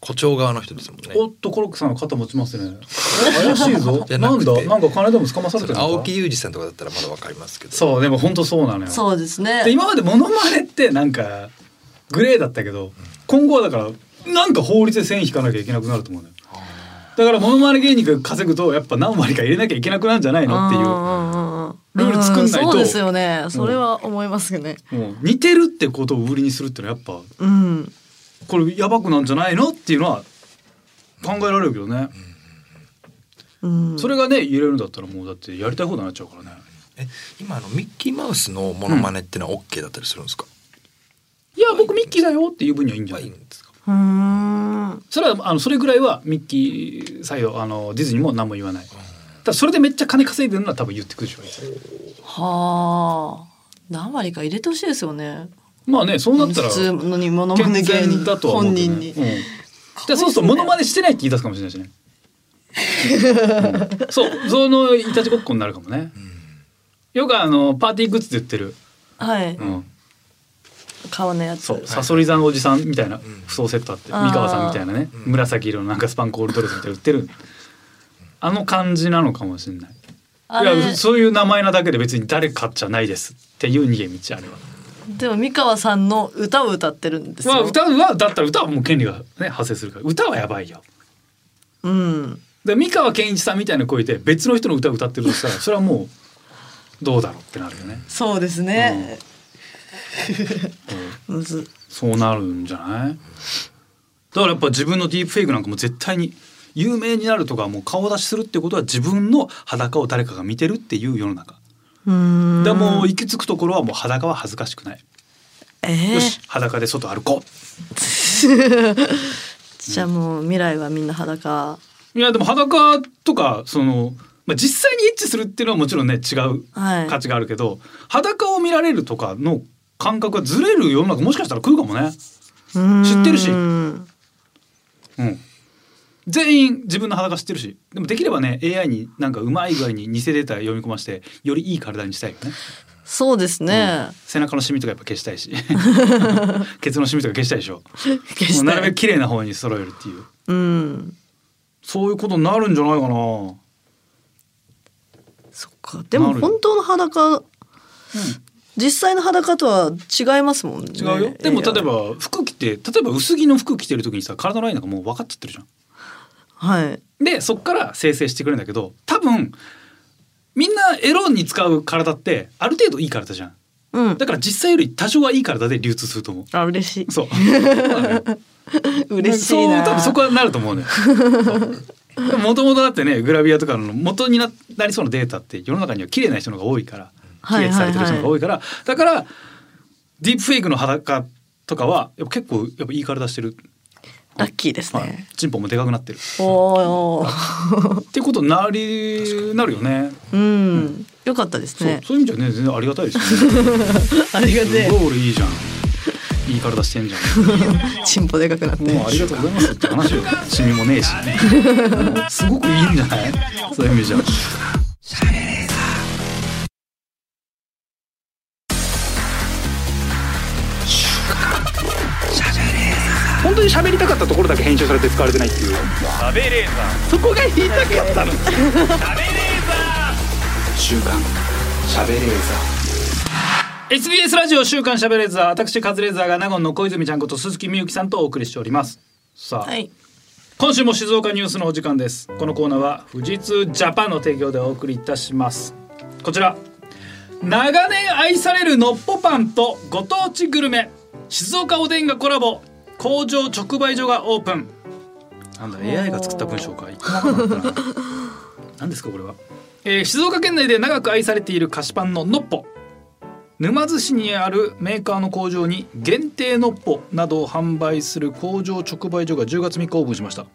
Speaker 5: 誇張側の人ですもんね。
Speaker 2: おっとコロックさんの肩持ちますね。怪しいぞ。
Speaker 5: じゃな
Speaker 2: なん
Speaker 5: くて
Speaker 2: だなんか金でも捕まさ
Speaker 5: そ
Speaker 2: れ
Speaker 5: れ
Speaker 2: てる
Speaker 5: 青木裕二さんとかだったらまだわかりますけど。
Speaker 2: そうでも本当そうなのよ。
Speaker 4: そうですね
Speaker 2: で今までモノマネってなんかグレーだったけど今後はだからなんか法律で線引かなきゃいけなくなると思うのよ。だからモノマネ芸人が稼ぐとやっぱ何割か入れなきゃいけなくなるんじゃないのっていう
Speaker 4: て
Speaker 2: ルール作んないと
Speaker 4: そうですよね。それは思いますよね。
Speaker 2: もう似てるってことを売りにするってのはやっぱ
Speaker 4: うん。
Speaker 2: これやばくなんじゃないのっていうのは考えられるけどね、
Speaker 4: うん。
Speaker 2: それがね入れるんだったらもうだってやりたい放題になっちゃうからね
Speaker 5: え今あのミッキーマウスのモノマネってのはオッケーだったりするんですか。
Speaker 2: いや僕ミッキーだよっていう分にはいいんじゃ
Speaker 5: まあ
Speaker 2: ない
Speaker 5: い
Speaker 2: い
Speaker 5: んですか。
Speaker 4: うーん。
Speaker 2: それはあのそれぐらいはミッキー採用あのディズニーも何も言わないただそれでめっちゃ金稼いでるのは多分言ってくるでしょあいつ
Speaker 4: はあ。何割か入れてほしいですよね。
Speaker 2: まあねそうなったら
Speaker 4: 普通のにモノマネ
Speaker 2: 健
Speaker 4: 芸
Speaker 2: 全
Speaker 4: 人
Speaker 2: だとは思う
Speaker 4: 本
Speaker 2: けどね
Speaker 4: 人に。
Speaker 2: うんでそうするとモノマネしてないって言い出すかもしれないしね。うんそう、そのいたちごっこになるかもね。よくあのパーティーグッズで売ってる、
Speaker 4: はい。
Speaker 2: うん、
Speaker 4: 顔のやつ。
Speaker 2: そう、サソリ座のおじさんみたいな服装セットあって、
Speaker 4: あー
Speaker 2: 三河さんみたいなね、
Speaker 5: うん
Speaker 2: 紫色のなんかスパンコールドレスみたいなの売ってる。あの感じなのかもしれない。
Speaker 4: あ
Speaker 2: い
Speaker 4: れ
Speaker 2: や、そういう名前なだけで別に誰かじゃないですっていう逃げ道あれは。
Speaker 4: でも三河さんの歌を歌ってるんですよ。
Speaker 2: まあ歌はだったら歌はもう権利がね発生するから、歌はやばいよ。
Speaker 4: うん。
Speaker 2: で三河健一さんみたいな声で別の人の歌を歌ってると したらそれはもうどうだろうってなるよね、
Speaker 4: そうですね。
Speaker 2: うん
Speaker 4: むず。
Speaker 2: そうなるんじゃないだからやっぱ自分のディープフェイクなんかも絶対に有名になるとかもう顔出しするってことは自分の裸を誰かが見てるっていう世の中
Speaker 4: うーん。
Speaker 2: でもう行き着くところはもう裸は恥ずかしくない、
Speaker 4: えー
Speaker 2: よし裸で外歩こ
Speaker 4: じゃあもう未来はみんな裸。
Speaker 2: ういやでも裸とかその、まあ、実際にエッチするっていうのはもちろんね違う
Speaker 4: はい。
Speaker 2: 価値があるけど裸を見られるとかの感覚がずれる世の中もしかしたら来るかもね、
Speaker 4: うーん
Speaker 2: 知ってるしうん、全員自分の裸知ってるしでもできればね AI になんかうまい具合に偽データ読み込ませてよりいい体にしたいよね
Speaker 4: そうですね。
Speaker 2: 背中のシミとかやっぱ消したいしケツのシミとか消したいでしょ
Speaker 4: 決
Speaker 2: もう
Speaker 4: し
Speaker 2: なるべ
Speaker 4: て
Speaker 2: く綺麗な方に揃えるっていう
Speaker 4: うん。
Speaker 2: そういうことになるんじゃないかな
Speaker 4: そっか。でも
Speaker 2: なる
Speaker 4: 本当の裸、実際の裸とは違いますもんね。
Speaker 2: 違うよ、でも
Speaker 4: いや
Speaker 2: 例え。ば服着て例えば薄着の服着てる時にさ体のラインなんかもう分かっちゃってるじゃん
Speaker 4: はい。
Speaker 2: でそっから生成してくれるんだけど多分みんなエロに使う体ってある程度いい体じゃん
Speaker 4: うん
Speaker 2: だ。から実際より多少はいい体で流通すると思う
Speaker 4: あ嬉しい。
Speaker 2: そうそうなのよ
Speaker 4: 嬉しいな。
Speaker 2: そう多分そこはなると思うね もともとだってねグラビアとかの元にななりそうなデータって世の中には綺麗な人の方が多いから
Speaker 4: は
Speaker 2: 綺
Speaker 4: いはいはい
Speaker 2: 麗にされてる人の方が多いから、だからディープフェイクの裸とかはやっぱ結構やっぱいい体してる、
Speaker 4: ラッキーです
Speaker 2: はい
Speaker 4: ね。
Speaker 2: チンポもでかくなってる
Speaker 4: おーおー。
Speaker 2: っていうことになりなるよね
Speaker 4: うん。よかったです
Speaker 2: そう
Speaker 4: ね。
Speaker 2: そういう意味じゃね全然ありがたいですよね。
Speaker 4: ありがて
Speaker 2: ゴールいいじゃん。いい体してんじゃん。
Speaker 4: え。チンポでかくなって。
Speaker 2: もうありがとうございますって話よ。シミもねえし、 もうすごくいいんじゃない？そういう意味じゃ。
Speaker 1: 本当に喋りたかったところだけ編集されて使われてないっていう
Speaker 3: そこが言いたかったの
Speaker 1: 週刊喋レーザー
Speaker 2: SBS ラジオ週刊しゃべれーザー、私カズレーザーが名古屋の小泉ちゃんこと鈴木みゆきさんとお送りしております。さあ、
Speaker 4: はい。
Speaker 2: 今週も静岡ニュースのお時間です。このコーナーは富士通ジャパンの提供でお送りいたします。こちら。長年愛されるのっぽパンとご当地グルメ静岡おでんがコラボ工場直売所がオープンなんだ AI が作った文章か一個も分かんなかったな 何ですかこれは、えー静岡県内で長く愛されている菓子パンののっぽ沼津市にあるメーカーの工場に限定のっぽなどを販売する工場直売所が10月3日オープンしました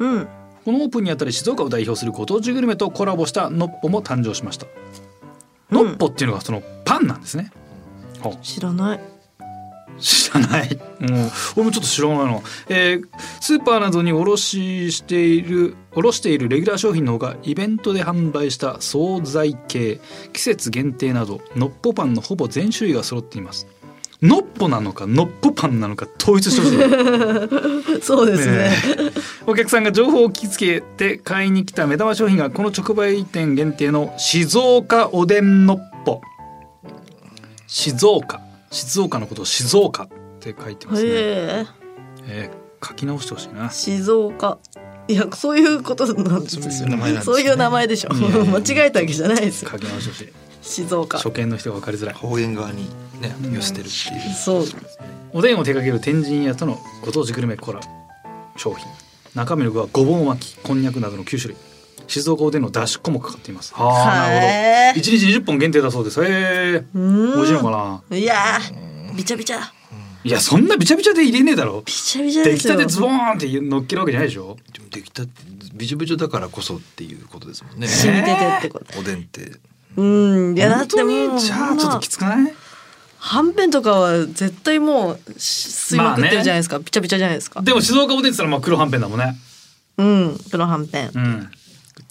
Speaker 4: うん。
Speaker 2: このオープンにあたり静岡を代表するご当地グルメとコラボしたのっぽも誕生しました。
Speaker 4: うん
Speaker 2: のっぽっていうのがそのパンなんですね。
Speaker 4: 知らない。
Speaker 2: 知らない。もう俺もちょっと知らないな。えースーパーなどに卸ししている卸しているレギュラー商品のほかイベントで販売した惣菜系、季節限定などのっぽパンのほぼ全種類が揃っています。のっぽなのかのっぽパンなのか統一してほしい。
Speaker 4: そうですね。
Speaker 2: ええお客さんが情報を聞きつけて買いに来た目玉商品がこの直売店限定の静岡おでんのっぽ静岡静岡のことを静岡って書いてますね、
Speaker 4: へえ。
Speaker 2: ええ書き直してほしいな
Speaker 4: 静岡。いやそういうことなんですよ
Speaker 5: そういう名前なんですね
Speaker 4: そういう名前でしょ間違えたわけじゃないですよ
Speaker 2: 書き直してほしい
Speaker 4: 静岡
Speaker 2: 初見の人が分かりづらい
Speaker 5: 方言側にね寄せてるっていう、
Speaker 4: そう
Speaker 2: おでんを手掛ける天神屋とのご当地グルメコラボ商品中身の具はごぼう巻きこんにゃくなどの9種類静岡おでんの出し粉もかかっていますはあな
Speaker 4: へ
Speaker 2: る
Speaker 4: ー
Speaker 2: ほど1日20本限定だそうですへえ
Speaker 4: う
Speaker 2: 美
Speaker 4: ん
Speaker 2: 味しいのかない
Speaker 4: やーびちゃびちゃ
Speaker 2: いやそんなびちゃびちゃで入れねえだろ
Speaker 4: びちゃびちゃ
Speaker 2: 出
Speaker 4: で
Speaker 2: 来
Speaker 4: すよ
Speaker 2: たてズボーンって乗っけるわけじゃないでしょ
Speaker 5: でもできたビジョビジョだからこそっていうことですもんね
Speaker 4: 染み出てってこと
Speaker 5: おでんって
Speaker 4: うんいやだって
Speaker 2: 本当
Speaker 4: もう
Speaker 2: にじゃあちょっときつくない
Speaker 4: はんぺんとかは絶対もう吸いまくってるじゃないですか、びちゃびちゃじゃないですか
Speaker 2: でも静岡おでんって言ったらまあ黒はんぺんだもんね
Speaker 4: うんプロはんぺん
Speaker 2: うんぐっ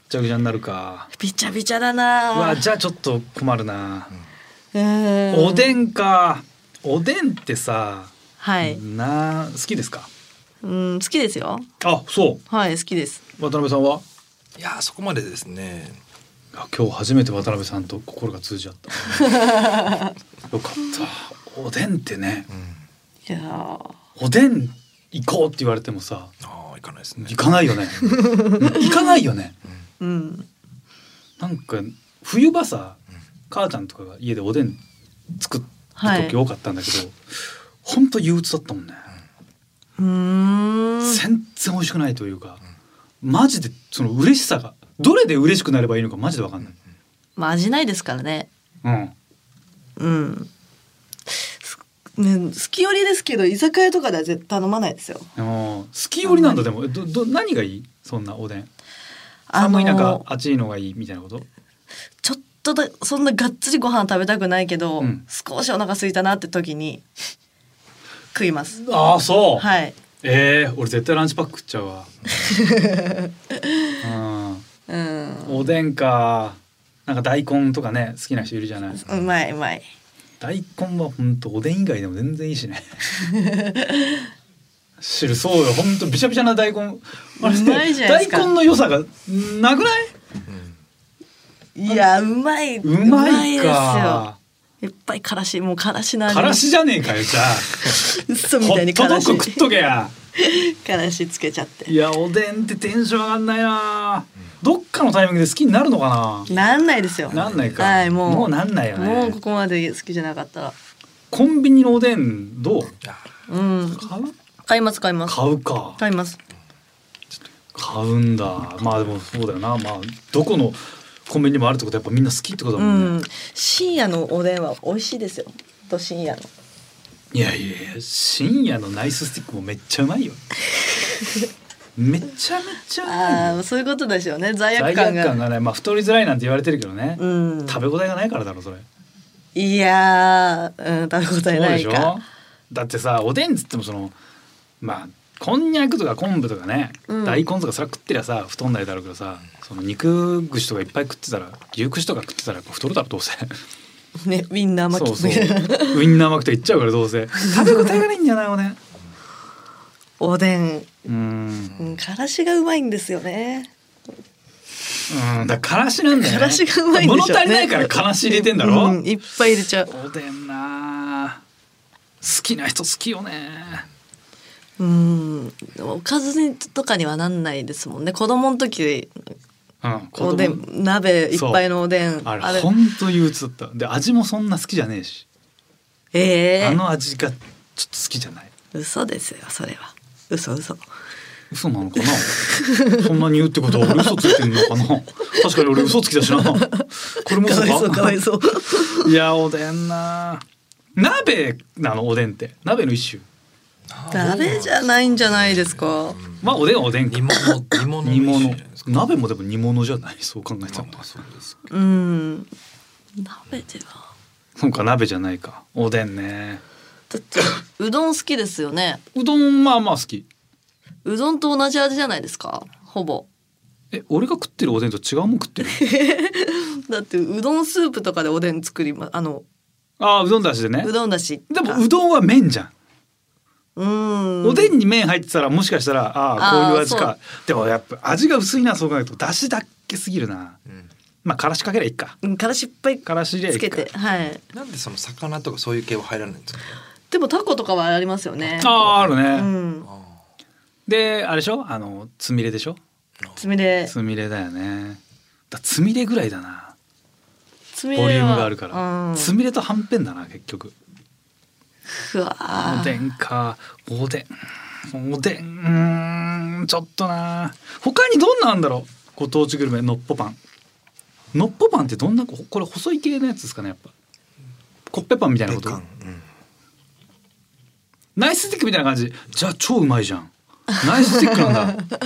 Speaker 2: ちゃぐちゃになるか
Speaker 4: びちゃびちゃだ
Speaker 2: うわ
Speaker 4: な
Speaker 2: じゃあちょっと困るな
Speaker 4: お
Speaker 2: おでんかおでんってさ
Speaker 4: はい、
Speaker 2: な好きですか
Speaker 4: うん、好きですよ
Speaker 2: あそう
Speaker 4: はい好きです
Speaker 2: 渡辺さんはい
Speaker 5: やーそこまでですね
Speaker 2: あ今日初めて渡辺さんと心が通じ合った よかったおでんってね
Speaker 4: いやー
Speaker 2: おでん行こうって言われてもさ
Speaker 5: ああいかないですね
Speaker 2: 行かないよね行かないよね
Speaker 4: うん
Speaker 2: なんか冬場さ母ちゃんとかが家でおでん作る時多かったんだけど、ほんと憂鬱だったもんね、
Speaker 4: うーん
Speaker 2: 全然美味しくないというか、マジでその嬉しさがどれで嬉しくなればいいのかマジで分かんない、
Speaker 4: まあ味ないですからね
Speaker 2: うん、
Speaker 4: うんすね好きよりですけど居酒屋とかでは絶対飲まないですよ
Speaker 2: あの好き寄りなんだでもえどど何がいいそんなおでん
Speaker 4: あの
Speaker 2: 寒い中
Speaker 4: ー
Speaker 2: 暑いのがいいみたいなこと
Speaker 4: ちょっとだそんながっつりご飯食べたくないけど、
Speaker 2: うん
Speaker 4: 少しお腹空いたなって時に 食います
Speaker 2: ああそう、
Speaker 4: はい
Speaker 2: えー、俺絶対ランチパック食っちゃうわ、 う
Speaker 4: うん
Speaker 2: ん、おでんかなんか大根とかね好きな人いるじゃないう
Speaker 4: まいうまい
Speaker 2: 大根はほんとおでん以外でも全然いいしね汁そうよほんとびちゃびちゃな大根あれ
Speaker 4: うまいじゃないですか
Speaker 2: 大根の良さがなくない
Speaker 4: いやうまいう
Speaker 2: ま
Speaker 4: う
Speaker 2: いか
Speaker 4: ですよいっぱいからしもうからしの味
Speaker 2: からしじゃねえかよじゃあ
Speaker 4: 嘘み
Speaker 2: ホ
Speaker 4: たいに
Speaker 2: ット
Speaker 4: か
Speaker 2: ド
Speaker 4: らし
Speaker 2: ッグ食っとけや
Speaker 4: からしつけちゃって
Speaker 2: いやおでんってテンション上がんないなどっかのタイミングで好きになるのか
Speaker 4: なんないですよ
Speaker 2: ななんないか、
Speaker 4: はいもう
Speaker 2: もうなんないよね
Speaker 4: もうここまで好きじゃなかったら
Speaker 2: コンビニのおでんどう
Speaker 5: いや
Speaker 4: うん
Speaker 2: 買う
Speaker 4: 買います買います
Speaker 2: 買うか
Speaker 4: 買います
Speaker 2: 買うんだまあでもそうだよなまあどこのコンビニにもあるってことはやっぱみんな好きってことだ
Speaker 4: う
Speaker 2: もんね、
Speaker 4: ん深夜のおでんは美味しいですよと深夜の
Speaker 2: いやいやいや深夜のナイススティックもめっちゃうまいよ めちゃめちゃうまい
Speaker 4: あ
Speaker 2: よ
Speaker 4: あそういうことですよね罪悪
Speaker 2: 罪
Speaker 4: 感
Speaker 2: 悪
Speaker 4: が
Speaker 2: 感がないまあ太りづらいなんて言われてるけどね、
Speaker 4: うん
Speaker 2: 食べ応えがないからだろそれ
Speaker 4: いやー、うん、食べ応えないか
Speaker 2: だってさおでんっつってもそのまあこんにゃくとか昆布とかね、
Speaker 4: うん
Speaker 2: 大根とかそれは食ってりゃさ太んないだろうけどさその肉串とかいっぱい食ってたら牛串とか食ってたらやっぱ太るだろどうせ
Speaker 4: ねウィンナー巻
Speaker 2: そう
Speaker 4: き
Speaker 2: そう ウインナー巻くといっちゃうからどうせ食べ応えがないんじゃないおでん
Speaker 4: おでん、
Speaker 2: うん
Speaker 4: うん、からしがうまいんですよね
Speaker 2: うんだからからしなんだよ、ね、
Speaker 4: からしがうまいんでしょう
Speaker 2: 物
Speaker 4: ね
Speaker 2: 足りないからからし入れてんだろ、
Speaker 4: うん、いっぱい入れちゃう
Speaker 2: おでんなあ好きな人好きよね
Speaker 4: うんおかずにとかにはなんないですもんね子供の時
Speaker 2: うん子供
Speaker 4: おでん鍋いっぱいのおでん
Speaker 2: あれほんと憂鬱だったで味もそんな好きじゃねえし
Speaker 4: ええ
Speaker 2: あの味がちょっと好きじゃない
Speaker 4: 嘘ですよそれは嘘嘘
Speaker 2: 嘘なのかなそんなに言うってことは俺嘘ついてんのかな確かに俺嘘つきだしなこれも
Speaker 4: かわいそう
Speaker 2: 嘘
Speaker 4: かわ
Speaker 2: か
Speaker 4: いそう
Speaker 2: いやおでんな鍋なのおでんって鍋の一種
Speaker 4: 鍋じゃないんじゃないですか
Speaker 2: まあおでんはおでんか
Speaker 5: 煮物煮物
Speaker 2: 煮
Speaker 5: の一種じゃな
Speaker 2: 物
Speaker 5: いですか
Speaker 2: 鍋もでも煮物じゃないそう考えた
Speaker 5: ま
Speaker 2: ら
Speaker 5: あまあそうですけ
Speaker 4: うん鍋では
Speaker 2: そうか鍋じゃないかおでんね
Speaker 4: だってうどん好きですよね
Speaker 2: うどんまあまあ好き
Speaker 4: うどんと同じ味じゃないですかほぼ
Speaker 2: え俺が食ってるおでんと違うもん 食ってる
Speaker 4: だってうどんスープとかでおでん作りまあの
Speaker 2: ああうどんだしでね
Speaker 4: うどんだし
Speaker 2: でもうどんは麺じゃん
Speaker 4: うん
Speaker 2: おでんに麺入ってたらもしかしたらああこういう味
Speaker 4: あー
Speaker 2: かでもやっぱ味が薄いなそう考えるとだしだっけすぎるな
Speaker 5: ど、うん
Speaker 2: まあからしかけりゃいいか
Speaker 4: うんからしいっぱい
Speaker 2: からし入れゃい
Speaker 4: つ
Speaker 2: い
Speaker 4: け
Speaker 2: か
Speaker 4: てはい
Speaker 5: なんでその魚とかそういう系は入らないんですか、ね、
Speaker 4: でもタコとかはありますよね
Speaker 2: あああるね、
Speaker 4: うん
Speaker 5: あ
Speaker 2: であれでしょあのつみれでしょ
Speaker 4: つみれ
Speaker 2: つみれだよねだつみれぐらいだな
Speaker 4: つみ
Speaker 2: ボ
Speaker 4: れ
Speaker 2: リュ
Speaker 4: は
Speaker 2: ームがあるから、
Speaker 4: うん、
Speaker 2: つみれとはんぺんだな結局
Speaker 4: うわー
Speaker 2: おでんかおでんおでんうーんちょっとな他にどんなんだろうご当地グルメのっぽパンのっぽパンってどんなここれ細い系のやつですかねやっぱコッペパンみたいなこと
Speaker 5: ペカンうん
Speaker 2: ナイススティックみたいな感じじゃあ超うまいじゃんナイススティックなん だ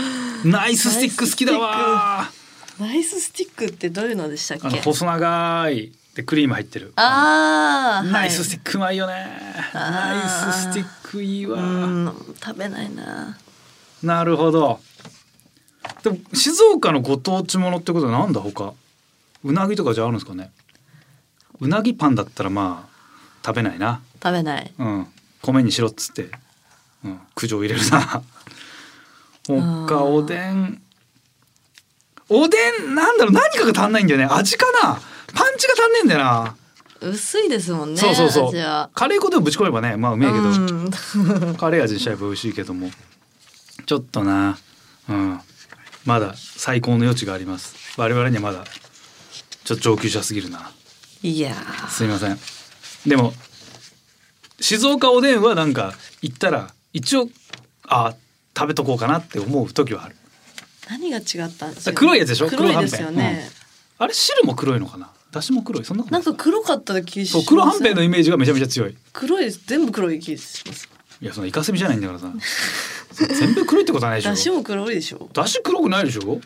Speaker 2: ナイススティック好きだわ
Speaker 4: ナイススティックってどういうのでしたっ
Speaker 2: あの
Speaker 4: け
Speaker 2: 細長いでクリーム入ってる
Speaker 4: あー
Speaker 2: ナイスステ
Speaker 4: ィッ
Speaker 2: ィックうまいよねナイススティックいいわ
Speaker 4: うん食べないな
Speaker 2: なるほど。でも静岡のご当地ものってことはなんだ他うなぎとかじゃあるんですかねうなぎパンだったらまあ食べないな
Speaker 4: 食べない
Speaker 2: うん米にしろっつって、うん、苦情入れるな他おでんおでんなんだろう何かが足んないんだよね味かなパンチが足んねえんだよな、
Speaker 4: 薄いですもんね
Speaker 2: そうそうそう
Speaker 4: 味は
Speaker 2: カレー粉でもぶち込めばねまあうめえけど、
Speaker 4: うん
Speaker 2: カレー味にしちゃえば美味しいけどもちょっとなうんまだ最高の余地があります我々にはまだちょっと上級者すぎるない
Speaker 4: やー
Speaker 2: すいませんでも静岡おでんはなんか行ったら一応あ食べとこうかなって思う時はある
Speaker 4: 何が違ったんですか
Speaker 2: 黒いやつでしょ
Speaker 4: 黒いです
Speaker 2: 黒
Speaker 4: よ
Speaker 2: はんぺん
Speaker 4: ね、
Speaker 2: あれ汁も黒いのかなだしも黒いそんなこと
Speaker 4: ないんか黒かった気し
Speaker 2: そ
Speaker 4: ま
Speaker 2: う
Speaker 4: す
Speaker 2: 黒はんぺんのイメージがめちゃめちゃ強い
Speaker 4: 黒いです全部黒い気します
Speaker 2: いやそのイカスミじゃないんだからさそう全部黒いってことはないでしょ
Speaker 4: だしも黒いでしょ
Speaker 2: だし黒くないでしょ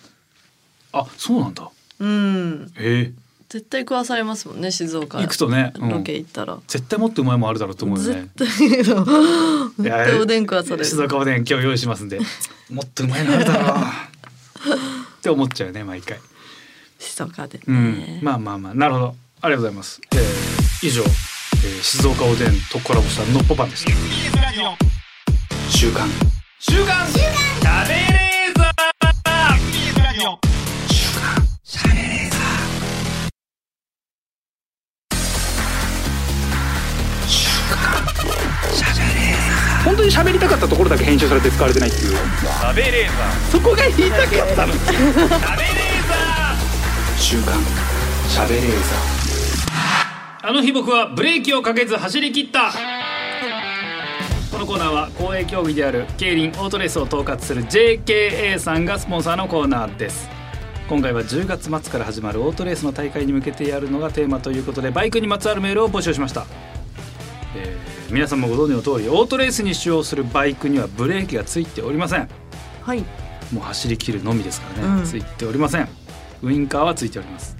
Speaker 2: あそうなんだ
Speaker 4: うん
Speaker 2: へえ
Speaker 4: 絶対食わされますもんね静岡
Speaker 2: 行くとね、うん
Speaker 4: ロケ行ったら、
Speaker 2: 絶対もっとうまいもんあるだろうと思うよね
Speaker 4: 絶
Speaker 2: いや
Speaker 4: 対おでん食わされる
Speaker 2: 静岡おでん今日用意しますんでもっとうまいのあるだろうって思っちゃうね毎回、
Speaker 4: 静岡でね、
Speaker 2: うん、まあまあまあなるほどありがとうございます、えー以上、えー静岡おでんとコラボしたのっぽパンでした週刊
Speaker 1: 本当に喋りたかったところだけ編集されて使われてないっていう
Speaker 3: 食べレーザー
Speaker 1: そこが言いたかったの週刊喋れーザ
Speaker 2: あの日僕はブレーキをかけず走り切ったこのコーナーは公営競技である競輪オートレースを統括する JKA さんがスポンサーのコーナーです今回は10月末から始まるオートレースの大会に向けてやるのがテーマということでバイクにまつわるメールを募集しました、えー皆さんもご存知の通りオートレースに使用するバイクにはブレーキがついておりません
Speaker 4: はい
Speaker 2: もう走り切るのみですからね、
Speaker 4: うん
Speaker 2: ついておりませんウインカーはついております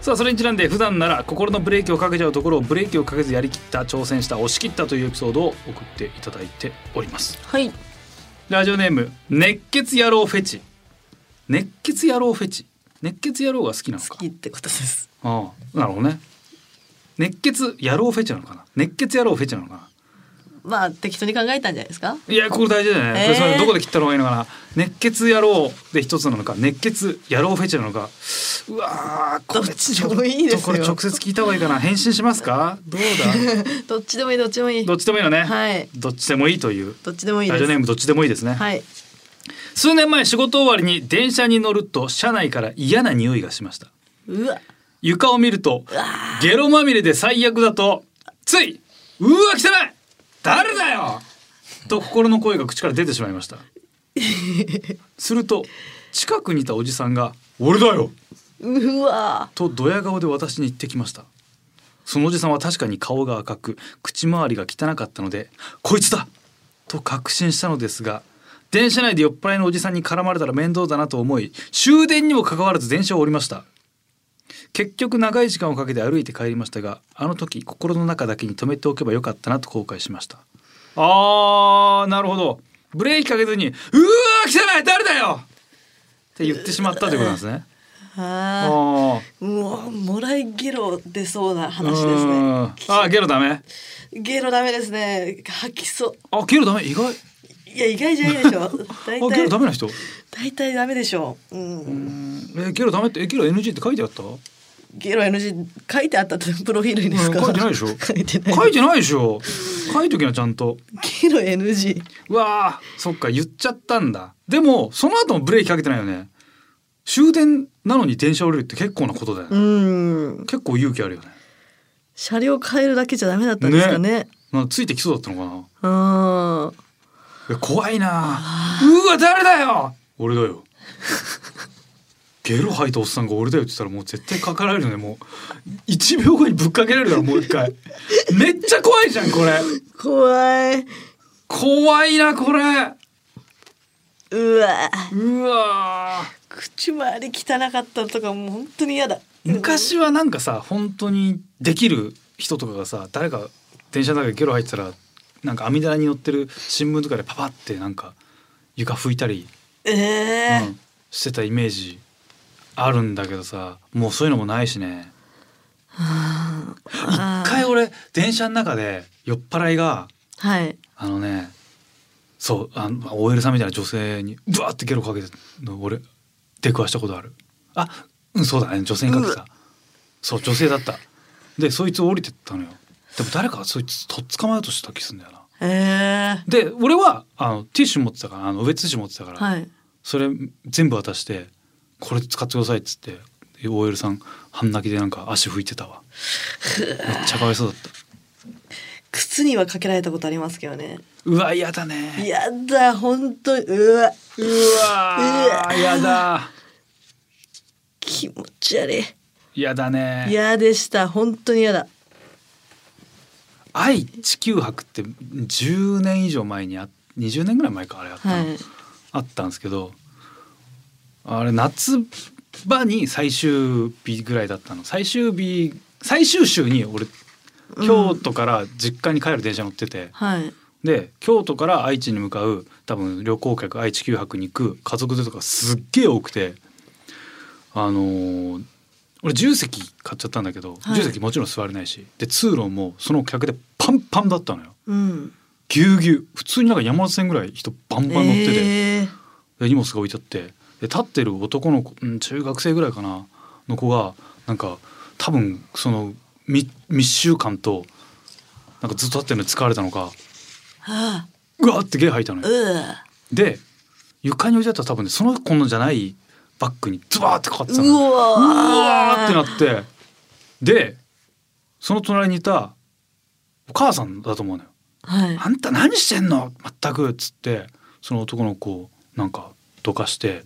Speaker 2: さあそれにちなんで普段なら心のブレーキをかけちゃうところをブレーキをかけずやりきった挑戦した押し切ったというエピソードを送っていただいております
Speaker 4: はい
Speaker 2: ラジオネーム熱血野郎フェチ熱血野郎フェチ熱血野郎が好きなの
Speaker 4: 好
Speaker 2: か
Speaker 4: きってことです
Speaker 2: ああなるほどね熱血野郎フェチなのかな熱血野郎フェチなのかな
Speaker 4: まあ適当に考えたんじゃないですか
Speaker 2: いやこれ大事だよね、
Speaker 4: えー
Speaker 2: これそれどこで切ったのがいいのかな熱血野郎で一つなのか熱血野郎フェチなのかうわーこれ
Speaker 4: どっちでもいい
Speaker 2: ち
Speaker 4: ですよ
Speaker 2: ょっとこれ直接聞いた方がいいかな返信しますかどうだ
Speaker 4: どっちでもいいどっちでもいい
Speaker 2: どっちでもいいのね、
Speaker 4: はい
Speaker 2: どっちでもいいという
Speaker 4: どっちでもいい
Speaker 2: ラ
Speaker 4: で
Speaker 2: ジオネー
Speaker 4: す
Speaker 2: ムどっちでもいいですね、
Speaker 4: はい
Speaker 2: 数年前仕事終わりに電車に乗ると車内から嫌な匂いがしました
Speaker 4: うわ
Speaker 2: 床を見るとゲロまみれで最悪だとついうーわ汚い誰だよと心の声が口から出てしまいましたすると近くにいたおじさんが「俺だよ!
Speaker 4: うわ」
Speaker 2: とドヤ顔で私に言ってきましたそのおじさんは確かに顔が赤く口周りが汚かったので「こいつだ!」と確信したのですが電車内で酔っ払いのおじさんに絡まれたら面倒だなと思い終電にもかかわらず電車を降りました結局長い時間をかけて歩いて帰りましたがあの時心の中だけに止めておけばよかったなと後悔しましたあーなるほどブレーキかけずに「うわー汚い誰だよ!」って言ってしまったということなんですね。あ
Speaker 4: あ
Speaker 2: ー
Speaker 4: ーうわもらいゲロ出そうな話です
Speaker 2: う
Speaker 4: ね
Speaker 2: んあゲロダメ
Speaker 4: ゲロダメですね吐きそ
Speaker 2: あゲロダメ意外あ
Speaker 4: ういや意外じゃない でしょ大
Speaker 2: ゲロ
Speaker 4: 体
Speaker 2: ダメな人
Speaker 4: 大体ダメでしょう、うん
Speaker 2: えゲロダメってえゲロ NG って書いてあった
Speaker 4: ゲロ NG 書いてあったってプロフィールにですか、
Speaker 2: うん書いてないでしょ
Speaker 4: 書いてない
Speaker 2: 書いてないでしょ書いときなちゃんと
Speaker 4: ゲロ NG
Speaker 2: うわーそっか言っちゃったんだでもその後もブレーキかけてないよね終電なのに電車降りるって結構なことだよ、
Speaker 4: う
Speaker 2: ね
Speaker 4: ーん
Speaker 2: 結構勇気あるよね
Speaker 4: 車両変えるだけじゃダメだったんですかね
Speaker 2: まあついてきそうだったのかな
Speaker 4: うーん
Speaker 2: いや怖いなうわ誰だよ俺だよゲロ吐いたおっさんが俺だよって言ったらもう絶対かかられるよねもう1秒後にぶっかけられるだろもう一 回めっちゃ怖いじゃんこれ
Speaker 4: 怖い
Speaker 2: 怖いなこれ
Speaker 4: うわ
Speaker 2: うわー
Speaker 4: 口周り汚かったとかもう本当に嫌だ
Speaker 2: 昔はなんかさ本当にできる人とかがさ誰か電車の中でゲロ入ってたらなんか網棚に乗ってる新聞とかでパパってなんか床拭いたり、
Speaker 4: ええ
Speaker 2: うんしてたイメージあるんだけどさもうそういうのもないしね
Speaker 4: あ
Speaker 2: 一
Speaker 4: ー
Speaker 2: 回俺電車の中で酔っ払いが
Speaker 4: はい
Speaker 2: あのねそうあのまあ OL さんみたいな女性にブワーってゲロかけてるの俺出くわしたことあるあうんそうだね女性にかけて
Speaker 4: う
Speaker 2: たそう女性だったでそいつ降りてったのよでも誰かがそいつとっ捕まえようとした気すんだよな
Speaker 4: ええ
Speaker 2: で俺はあのティッシュ持ってたからあのウエットティッシュ持ってたから、
Speaker 4: はい
Speaker 2: それ全部渡して「これ使ってください」っつってで OL さん半泣きでなんか足拭いてたわめっちゃかわいそうだった
Speaker 4: 靴にはかけられたことありますけどね
Speaker 2: うわ嫌だね
Speaker 4: やだ本当にうわ
Speaker 2: うわーやだ
Speaker 4: 気持ち悪い
Speaker 2: やだね
Speaker 4: 嫌でした本当に嫌だ
Speaker 2: 愛地球博って10年以上前にあ20年ぐらい前かあれあったの、
Speaker 4: はい
Speaker 2: あったんですけどあれ夏場に最終日ぐらいだったの最終日最終週に俺京都から実家に帰る電車乗ってて、
Speaker 4: はい
Speaker 2: で京都から愛知に向かう多分旅行客愛知九泊に行く家族でとかすっげえ多くてあのー俺10席買っちゃったんだけど、
Speaker 4: はい
Speaker 2: 10席もちろん座れないしで通路もその客でパンパンだったのよ
Speaker 4: うん
Speaker 2: ぎゅうぎゅう普通になんか山手線ぐらい人バンバン乗ってて、
Speaker 4: えー
Speaker 2: で荷物が置いてあってで立ってる男の子、うん、中学生ぐらいかなの子がなんか多分その密密集感となんかずっと立ってるのに疲れたのか
Speaker 4: はあ
Speaker 2: うわーってゲー吐いたのよ。
Speaker 4: うわ
Speaker 2: で床に置いてあった多分ねその子のじゃないバッグにズワーってかかってたの
Speaker 4: うわ
Speaker 2: うわーってなってでその隣にいたお母さんだと思うのよ
Speaker 4: はい
Speaker 2: 「あんた何してんの全く」っつってその男の子をなんかどかして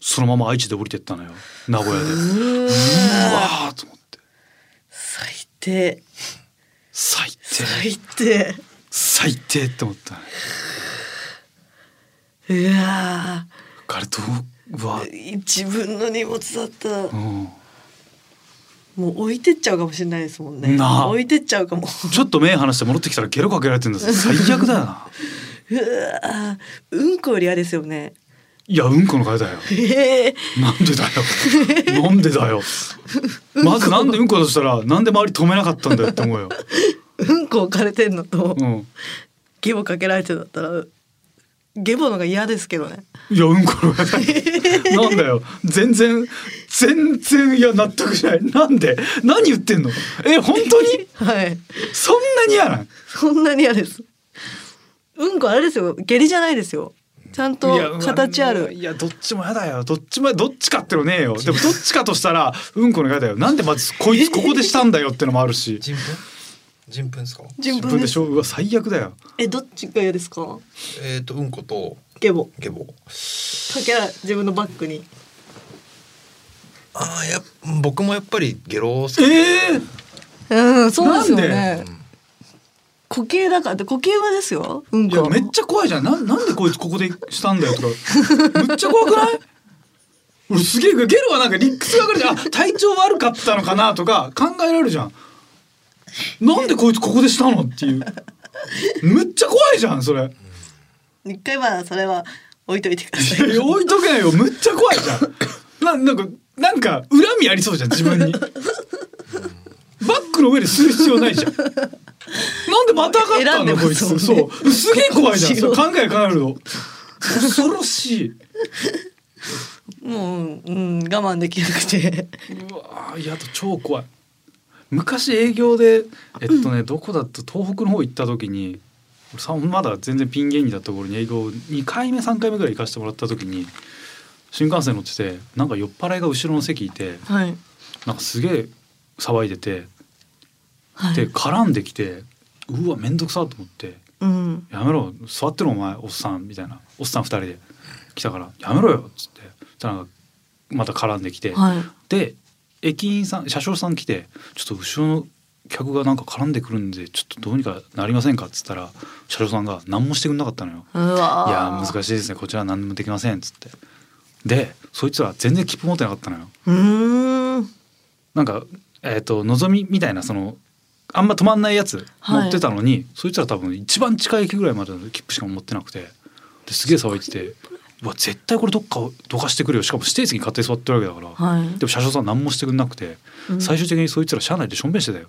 Speaker 2: そのまま愛知で降りてったのよ名古屋でう
Speaker 4: うわ
Speaker 2: わーと思って
Speaker 4: 最低
Speaker 2: 最低
Speaker 4: 最低
Speaker 2: 最低って思ったね
Speaker 4: うわ
Speaker 2: あれどううわ
Speaker 4: 自分の荷物だったら
Speaker 2: うん
Speaker 4: もう置いてっちゃうかもしれないですもんね
Speaker 2: なあ
Speaker 4: 置いてっちゃうかも
Speaker 2: ちょっと目離して戻ってきたらゲロかけられてるんですよ最悪だよな
Speaker 4: うわうんこより嫌ですよね
Speaker 2: いやうんこの替えだよ
Speaker 4: ええ
Speaker 2: なんでだよなんでだよまずなんでうんこだとしたらなんで周り止めなかったんだよって思うよ、
Speaker 4: うんこ置かれてんのと、
Speaker 2: うん、
Speaker 4: ゲボかけられてんだったらゲボの方が嫌ですけどね
Speaker 2: いやうんこの替えだよなんだよ全然全然いや納得しないなんで何言ってんのえ本当に
Speaker 4: はい
Speaker 2: そんなに嫌なん
Speaker 4: そんなに嫌ですうんこあれですよ下痢じゃないですよちゃん
Speaker 2: いや
Speaker 4: と形あ
Speaker 2: い
Speaker 4: る
Speaker 2: やどっちもやだよどっちもどっちかってのねえよでもどっちかとしたらうんこの替えだよなんでまずこいつここでしたんだよってのもあるし
Speaker 5: 人糞人糞ですか
Speaker 4: 順
Speaker 2: 自分
Speaker 4: 分
Speaker 2: で
Speaker 4: で
Speaker 2: し
Speaker 4: す
Speaker 2: ょうわ最悪だよ
Speaker 4: えどっちが嫌ですか
Speaker 5: えっ、とうんこと
Speaker 4: ゲボ
Speaker 5: ゲボ
Speaker 4: かけら自分のバッグに
Speaker 5: ああやっ僕もやっぱりゲロ好き
Speaker 2: ええ
Speaker 4: うんそうですよ
Speaker 2: なん
Speaker 4: ね固形だからって固形はですようん
Speaker 2: いや
Speaker 4: こ
Speaker 2: めっちゃ怖いじゃんなんなんでこいつここでしたんだよとかめっちゃ怖くない俺すげえゲロはなんか理屈わかるじゃんあ体調悪かったのかなとか考えられるじゃんなんでこいつここでしたのっていうめっちゃ怖いじゃんそれいや
Speaker 4: 一回はそれは置いといてくださ い
Speaker 2: 置いとけないよめっちゃ怖いじゃんななんかなんか恨みありそうじゃん自分にバッグの上でする必要ないじゃんなんでまた上がった
Speaker 4: 選んで
Speaker 2: の
Speaker 4: ます
Speaker 2: こいつ、
Speaker 4: もんね
Speaker 2: そうすげえ怖いじゃん
Speaker 4: ど
Speaker 2: そうう
Speaker 4: しよ
Speaker 2: 考え考えると恐ろしい
Speaker 4: もう、うん、我慢できなくて
Speaker 2: うわーいやあと超怖い昔営業でえっとね、どこだと東北の方行った時に俺さまだ全然ピン芸人だった頃に営業2回目3回目ぐらい行かせてもらった時に新幹線乗っててなんか酔っ払いが後ろの席いて
Speaker 4: はい、
Speaker 2: なんかすげえ騒いでて
Speaker 4: はい、
Speaker 2: で絡んできてうわめんどくさと思って
Speaker 4: うん
Speaker 2: 「やめろ座ってろお前おっさん」みたいなおっさん2人で来たから「やめろよ」っつってそしたらなんかまた絡んできて、
Speaker 4: はい
Speaker 2: で駅員さん車掌さん来て「ちょっと後ろの客がなんか絡んでくるんでちょっとどうにかなりませんか?」っつったら車掌さんが何もしてくれなかったのよ。
Speaker 4: うわ
Speaker 2: いやー難
Speaker 4: しい
Speaker 2: しいですねこちらは何もできませんっつってでそいつら全然切符持ってなかったのよ
Speaker 4: うーん
Speaker 2: なんかえっ、とのぞみみたいなそのあんま止まんないやつ
Speaker 4: はい
Speaker 2: 乗ってたのに、そいつら多分一番近い駅ぐらいまでの切符しか持ってなくてですげえ騒いでてうわ絶対これどっかどかしてくるよしかも指定席に勝手に座ってるわけだから、
Speaker 4: はい
Speaker 2: でも車掌さん何もしてくれなくて、
Speaker 4: うん
Speaker 2: 最終的にそいつら車内でしょんべんしてたよ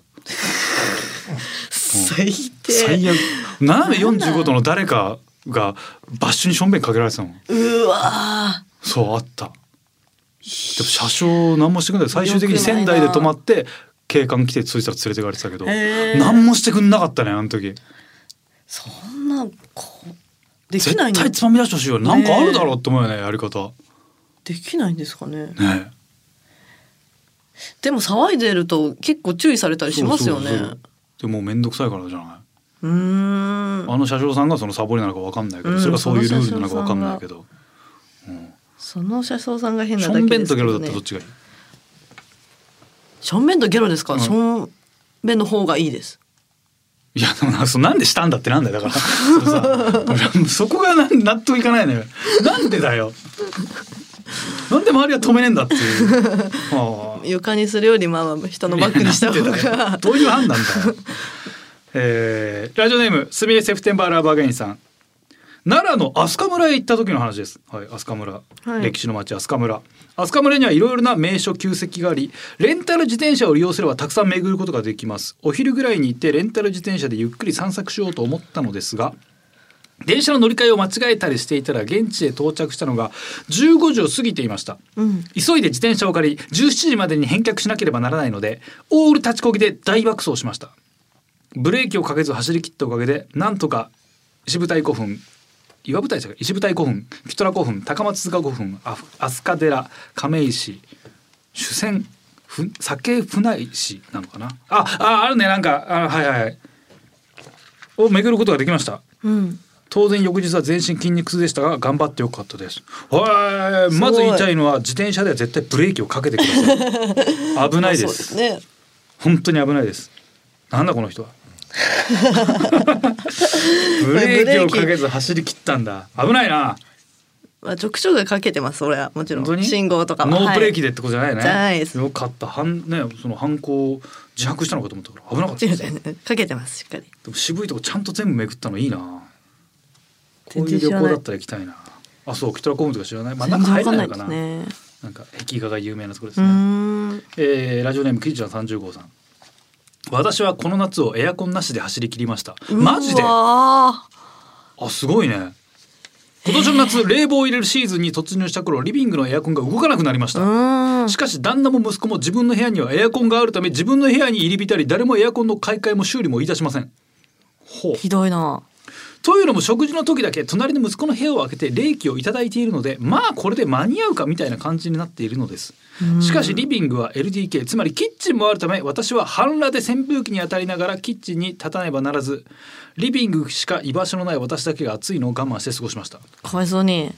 Speaker 4: 最低
Speaker 2: 最悪斜め45度の誰かがバッシュにしょんべんかけられてたの
Speaker 4: うわ
Speaker 2: そうあったでも車掌何もしてくれない最終的に仙台で止まって警官来てそいつら連れてかれてたけど
Speaker 4: へー
Speaker 2: 何もしてくんなかったねあの時
Speaker 4: そんなこうでき
Speaker 2: 絶
Speaker 4: ないん
Speaker 2: 対つまみ出してほしいよなんかあるだろうって思うよねやり方
Speaker 4: できないんですかね
Speaker 2: ね
Speaker 4: でも騒いでると結構注意されたりしますよね
Speaker 2: そうそうそうでもう面倒くさいからじゃないう
Speaker 4: ーん
Speaker 2: あの車掌さんがそのサボりなのかわかんないけど、
Speaker 4: うん
Speaker 2: それがそういうルールなのかわかんないけど
Speaker 4: その車掌さんが変な
Speaker 2: しょ
Speaker 4: だ
Speaker 2: んべ
Speaker 4: け
Speaker 2: ん
Speaker 4: です
Speaker 2: と
Speaker 4: け
Speaker 2: ゲロだ
Speaker 4: ど
Speaker 2: っ
Speaker 4: ね
Speaker 2: たらどっちがいい
Speaker 4: しょんべんとゲロですか、
Speaker 2: うん
Speaker 4: しょんべんの方がいいです
Speaker 2: いやでもなそうなんでしたんだってなんだよだからそのさ俺そこがなん納得いかないのよなんでだよなんで周りは止めねえんだっていう、は
Speaker 4: 床にするよりまあまあ人のバッグにした方
Speaker 2: いやなんでだよ
Speaker 4: が
Speaker 2: どういう判断だ よえーラジオネームすみれセプテンバーラーバーゲインさん奈良の飛鳥村へ行った時の話です。はい、飛鳥村、
Speaker 4: はい
Speaker 2: 歴史の町飛鳥村。飛鳥村にはいろいろな名所旧跡があり、レンタル自転車を利用すればたくさん巡ることができます。お昼ぐらいに行ってレンタル自転車でゆっくり散策しようと思ったのですが、電車の乗り換えを間違えたりしていたら現地へ到着したのが15時を過ぎていました。
Speaker 4: うん
Speaker 2: 急いで自転車を借り17時までに返却しなければならないのでオール立ちこぎで大爆走しましたブレーキをかけず走り切ったおかげでなんとか石舞台古墳岩舞台じゃない石舞台古墳キトラ古墳高松塚古墳あ飛鳥寺亀石主戦ふ酒船石なのかなあああるねなんかあはいはいはいを巡ることができました
Speaker 4: うん
Speaker 2: 当然翌日は全身筋肉痛でしたが頑張ってよかったですはいまず言いたいのは自転車では絶対ブレーキをかけてくださ い危ないです
Speaker 4: まあそうですね
Speaker 2: 本当に危ないですなんだこの人 はブレーキをかけず走り切ったんだ危ないな
Speaker 4: まあちょくちょくかけてますそれはもちろ
Speaker 2: 本当
Speaker 4: ん
Speaker 2: に
Speaker 4: 信号とか
Speaker 2: ノーブレーキ
Speaker 4: で、
Speaker 2: でってことじゃないよね、
Speaker 4: じゃないです
Speaker 2: よかったはんねその犯行を自白したのかと思ったから危なかっ
Speaker 4: はい、
Speaker 2: た
Speaker 4: 違
Speaker 2: で
Speaker 4: う
Speaker 2: すで
Speaker 4: 違うかけてますしっかり
Speaker 2: も渋いとこちゃんと全部めくったのいいなこ
Speaker 4: 全
Speaker 2: ういう旅
Speaker 4: 然知ら
Speaker 2: 行
Speaker 4: ない
Speaker 2: だったら行きたいなあそう北ラコムとか知らないまあ
Speaker 4: 全
Speaker 2: 中
Speaker 4: 然
Speaker 2: 入
Speaker 4: わ
Speaker 2: ら
Speaker 4: かん
Speaker 2: な
Speaker 4: ない
Speaker 2: の
Speaker 4: いで
Speaker 2: か
Speaker 4: す
Speaker 2: なな
Speaker 4: ね
Speaker 2: んか壁画が有名なところで
Speaker 4: う
Speaker 2: す
Speaker 4: ー
Speaker 2: ね、
Speaker 4: ん
Speaker 2: えーラジオネームキリちゃん35さん私はこの夏をエアコンなしで走り切りましたマジで
Speaker 4: う
Speaker 2: あ
Speaker 4: わー
Speaker 2: すごいね今年の夏冷房を入れるシーズンに突入した頃リビングのエアコンが動かなくなりまし
Speaker 4: う
Speaker 2: た、
Speaker 4: ーん
Speaker 2: しかし旦那も息子も自分の部屋にはエアコンがあるため自分の部屋に入り浸り誰もエアコンの買い替えも修理も言い出しませんほう
Speaker 4: ひどいな
Speaker 2: というのも食事の時だけ隣の息子の部屋を開けて冷気をいただいているのでまあこれで間に合うかみたいな感じになっているのですしかしリビングは LDK つまりキッチンもあるため私は半裸で扇風機に当たりながらキッチンに立たねばならずリビングしか居場所のない私だけが暑いのを我慢して過ごしました
Speaker 4: かわいそうに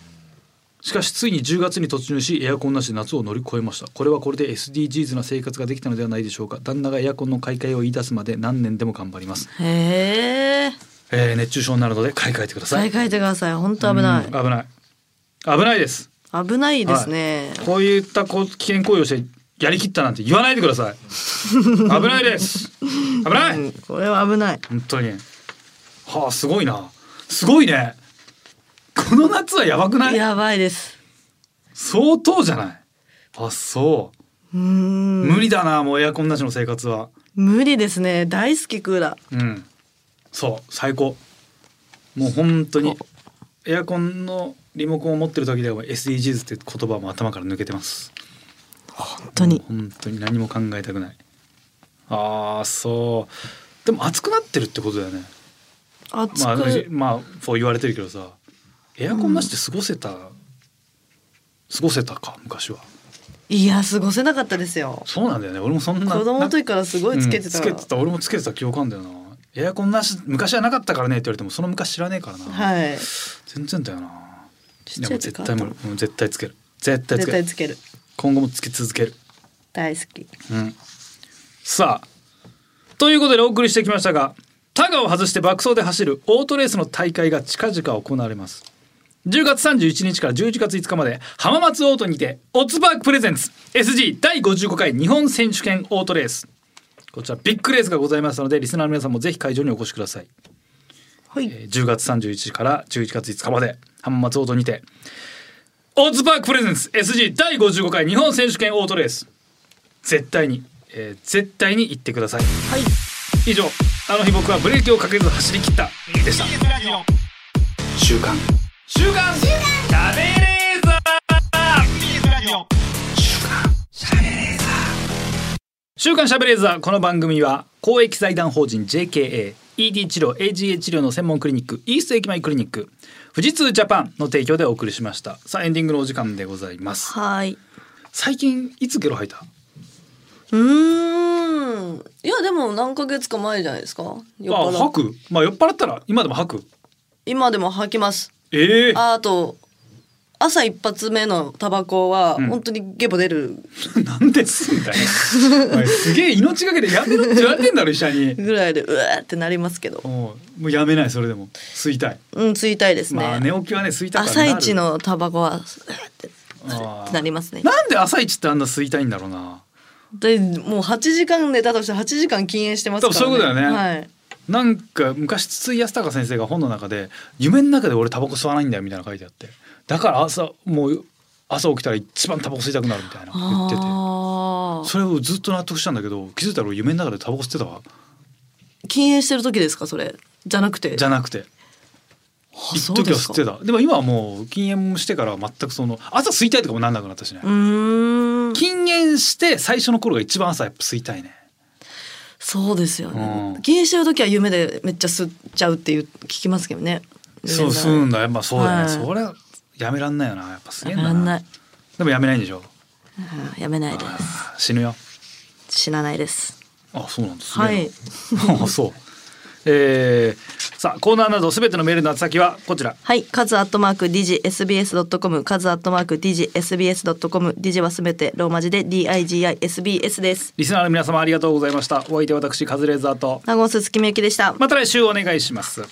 Speaker 2: しかしついに10月に突入しエアコンなしで夏を乗り越えましたこれはこれで SDGs な生活ができたのではないでしょうか旦那がエアコンの買い替えを言い出すまで何年でも頑張ります、
Speaker 4: へえ
Speaker 2: えー熱中症になるので買い替えてくださ
Speaker 4: 買い
Speaker 2: い
Speaker 4: 替えてください本当危な
Speaker 2: う
Speaker 4: い
Speaker 2: ん危ない危ないです
Speaker 4: 危ないですね、
Speaker 2: こういったこう危険行為をしてやりきったなんて言わないでください 危ないです危ない、
Speaker 4: うん、これは危ない
Speaker 2: 本当にはあすごいなすごいねこの夏はやばくない
Speaker 4: やばいです
Speaker 2: 相当じゃないあそう、
Speaker 4: うーん
Speaker 2: 無理だなもうエアコンなしの生活は
Speaker 4: 無理ですね大好きクーラー
Speaker 2: うんそう最高もう本当にエアコンのリモコンを持ってる時でも SDGs って言葉も頭から抜けてます
Speaker 4: 本当に
Speaker 2: 本当に何も考えたくないああそうでも暑くなってるってことだよね
Speaker 4: 暑く、
Speaker 2: まあ、まあ、そう言われてるけどさエアコンなしで過ごせた、過ごせたか昔はい
Speaker 4: や過ごせなかったですよ
Speaker 2: そうなんだよね俺もそんな
Speaker 4: 子供の時からすごいつけてた、
Speaker 2: うんつけてた俺もつけてた記憶あんだよなエアコンなし昔はなかったからねって言われてもその昔知らねえからな、
Speaker 4: はい
Speaker 2: 全然だよない
Speaker 4: ちっ
Speaker 2: や
Speaker 4: ちゃ
Speaker 2: もう絶
Speaker 4: い時か
Speaker 2: 対
Speaker 4: ら
Speaker 2: もううん絶対つける絶対つけ
Speaker 4: 絶
Speaker 2: る
Speaker 4: 対つける
Speaker 2: 今後もつけ続ける
Speaker 4: 大好き
Speaker 2: うんさあということでお送りしてきましたがタガを外して爆走で走るオートレースの大会が近々行われます10月31日から11月5日まで浜松オートにてオッズパークプレゼンツ SG 第55回日本選手権オートレースこちらビッグレースがございますのでリスナーの皆さんもぜひ会場にお越しください
Speaker 4: はい
Speaker 2: えー10月31日から11月5日まで浜松オートにてオーツパークプレゼンツ SG 第55回日本選手権オートレース絶対に、えー絶対に行ってください、以上あの日僕はブレーキをかけず走り切ったでした週刊
Speaker 3: 週刊しゃべれーザ
Speaker 2: 週刊しゃべれーザーこの番組は公益財団法人 JKA ED 治療 AGA 治療の専門クリニックイースト駅前クリニック富士通ジャパンの提供でお送りしましたさあエンディングのお時間でございます
Speaker 4: はい
Speaker 2: 最近いつゲロ吐いた
Speaker 4: うーんいやでも何ヶ月か前じゃないですか酔っ
Speaker 2: あ
Speaker 4: 払っ
Speaker 2: 吐くまあ酔っ払ったら今でも吐く
Speaker 4: 今でも吐きます
Speaker 2: ええ
Speaker 4: ああと朝一発目のタバコは
Speaker 2: うん
Speaker 4: 本当にゲボ出る
Speaker 2: なんですみたい なお前すげえ命がけでやめろって言われてんだろ医者に
Speaker 4: ぐらいでうわーってなりますけど
Speaker 2: おうもうやめないそれでも吸いたい、
Speaker 4: うん吸いたいですね,、
Speaker 2: まあ寝起きはね吸いたくはな
Speaker 4: 朝
Speaker 2: る
Speaker 4: 一のタバコはうわーって
Speaker 2: あー
Speaker 4: なりますね
Speaker 2: なんで朝一ってあんな吸いたいんだろうな
Speaker 4: でもう8時間寝たとして8時間禁煙してますから、ね、
Speaker 2: 多分そういうことだよね
Speaker 4: はい
Speaker 2: なんか昔筒井康隆先生が本の中で夢の中で俺タバコ吸わないんだよみたいなの書いてあってだから朝もう朝起きたら一番タバコ吸いたくなるみたいな言ってて
Speaker 4: あー
Speaker 2: それをずっと納得したんだけど気づいたら俺夢の中でタバコ吸ってたわ
Speaker 4: 禁煙してる時ですかそれじゃなくて
Speaker 2: じゃなくて
Speaker 4: あ
Speaker 2: 一
Speaker 4: そう
Speaker 2: 時
Speaker 4: で
Speaker 2: は
Speaker 4: す
Speaker 2: 吸
Speaker 4: か
Speaker 2: ってたでも今はもう禁煙してからは全くその朝吸いたいとかもなんなくなったしね、
Speaker 4: うーん
Speaker 2: 禁煙して最初の頃が一番朝やっぱ吸いたいね
Speaker 4: そうですよね、
Speaker 2: うん
Speaker 4: 禁煙してる時は夢でめっちゃ吸っちゃうっていう聞きますけどね
Speaker 2: そう吸
Speaker 4: う
Speaker 2: うんんだやっぱそうだよね、
Speaker 4: はい
Speaker 2: それはやめらんないよなやっぱ吸え
Speaker 4: や
Speaker 2: んだ
Speaker 4: めんない、
Speaker 2: でもやめないんでしょ
Speaker 4: うんやめないで
Speaker 2: あー死ぬよ
Speaker 4: す死なないです
Speaker 2: あそうなんですね
Speaker 4: はい
Speaker 2: あそうえー、さあコーナーなどすべてのメールの宛先はこちら
Speaker 4: はい、カズアットマーク digsbs.com、カズアットマーク digsbs.com、ディジはすべてローマ字で digisbs です。
Speaker 2: リスナーの皆様ありがとうございましたお相手は私カズレーザーと
Speaker 4: 名古屋鈴木みゆきでした。
Speaker 2: また来週お願いします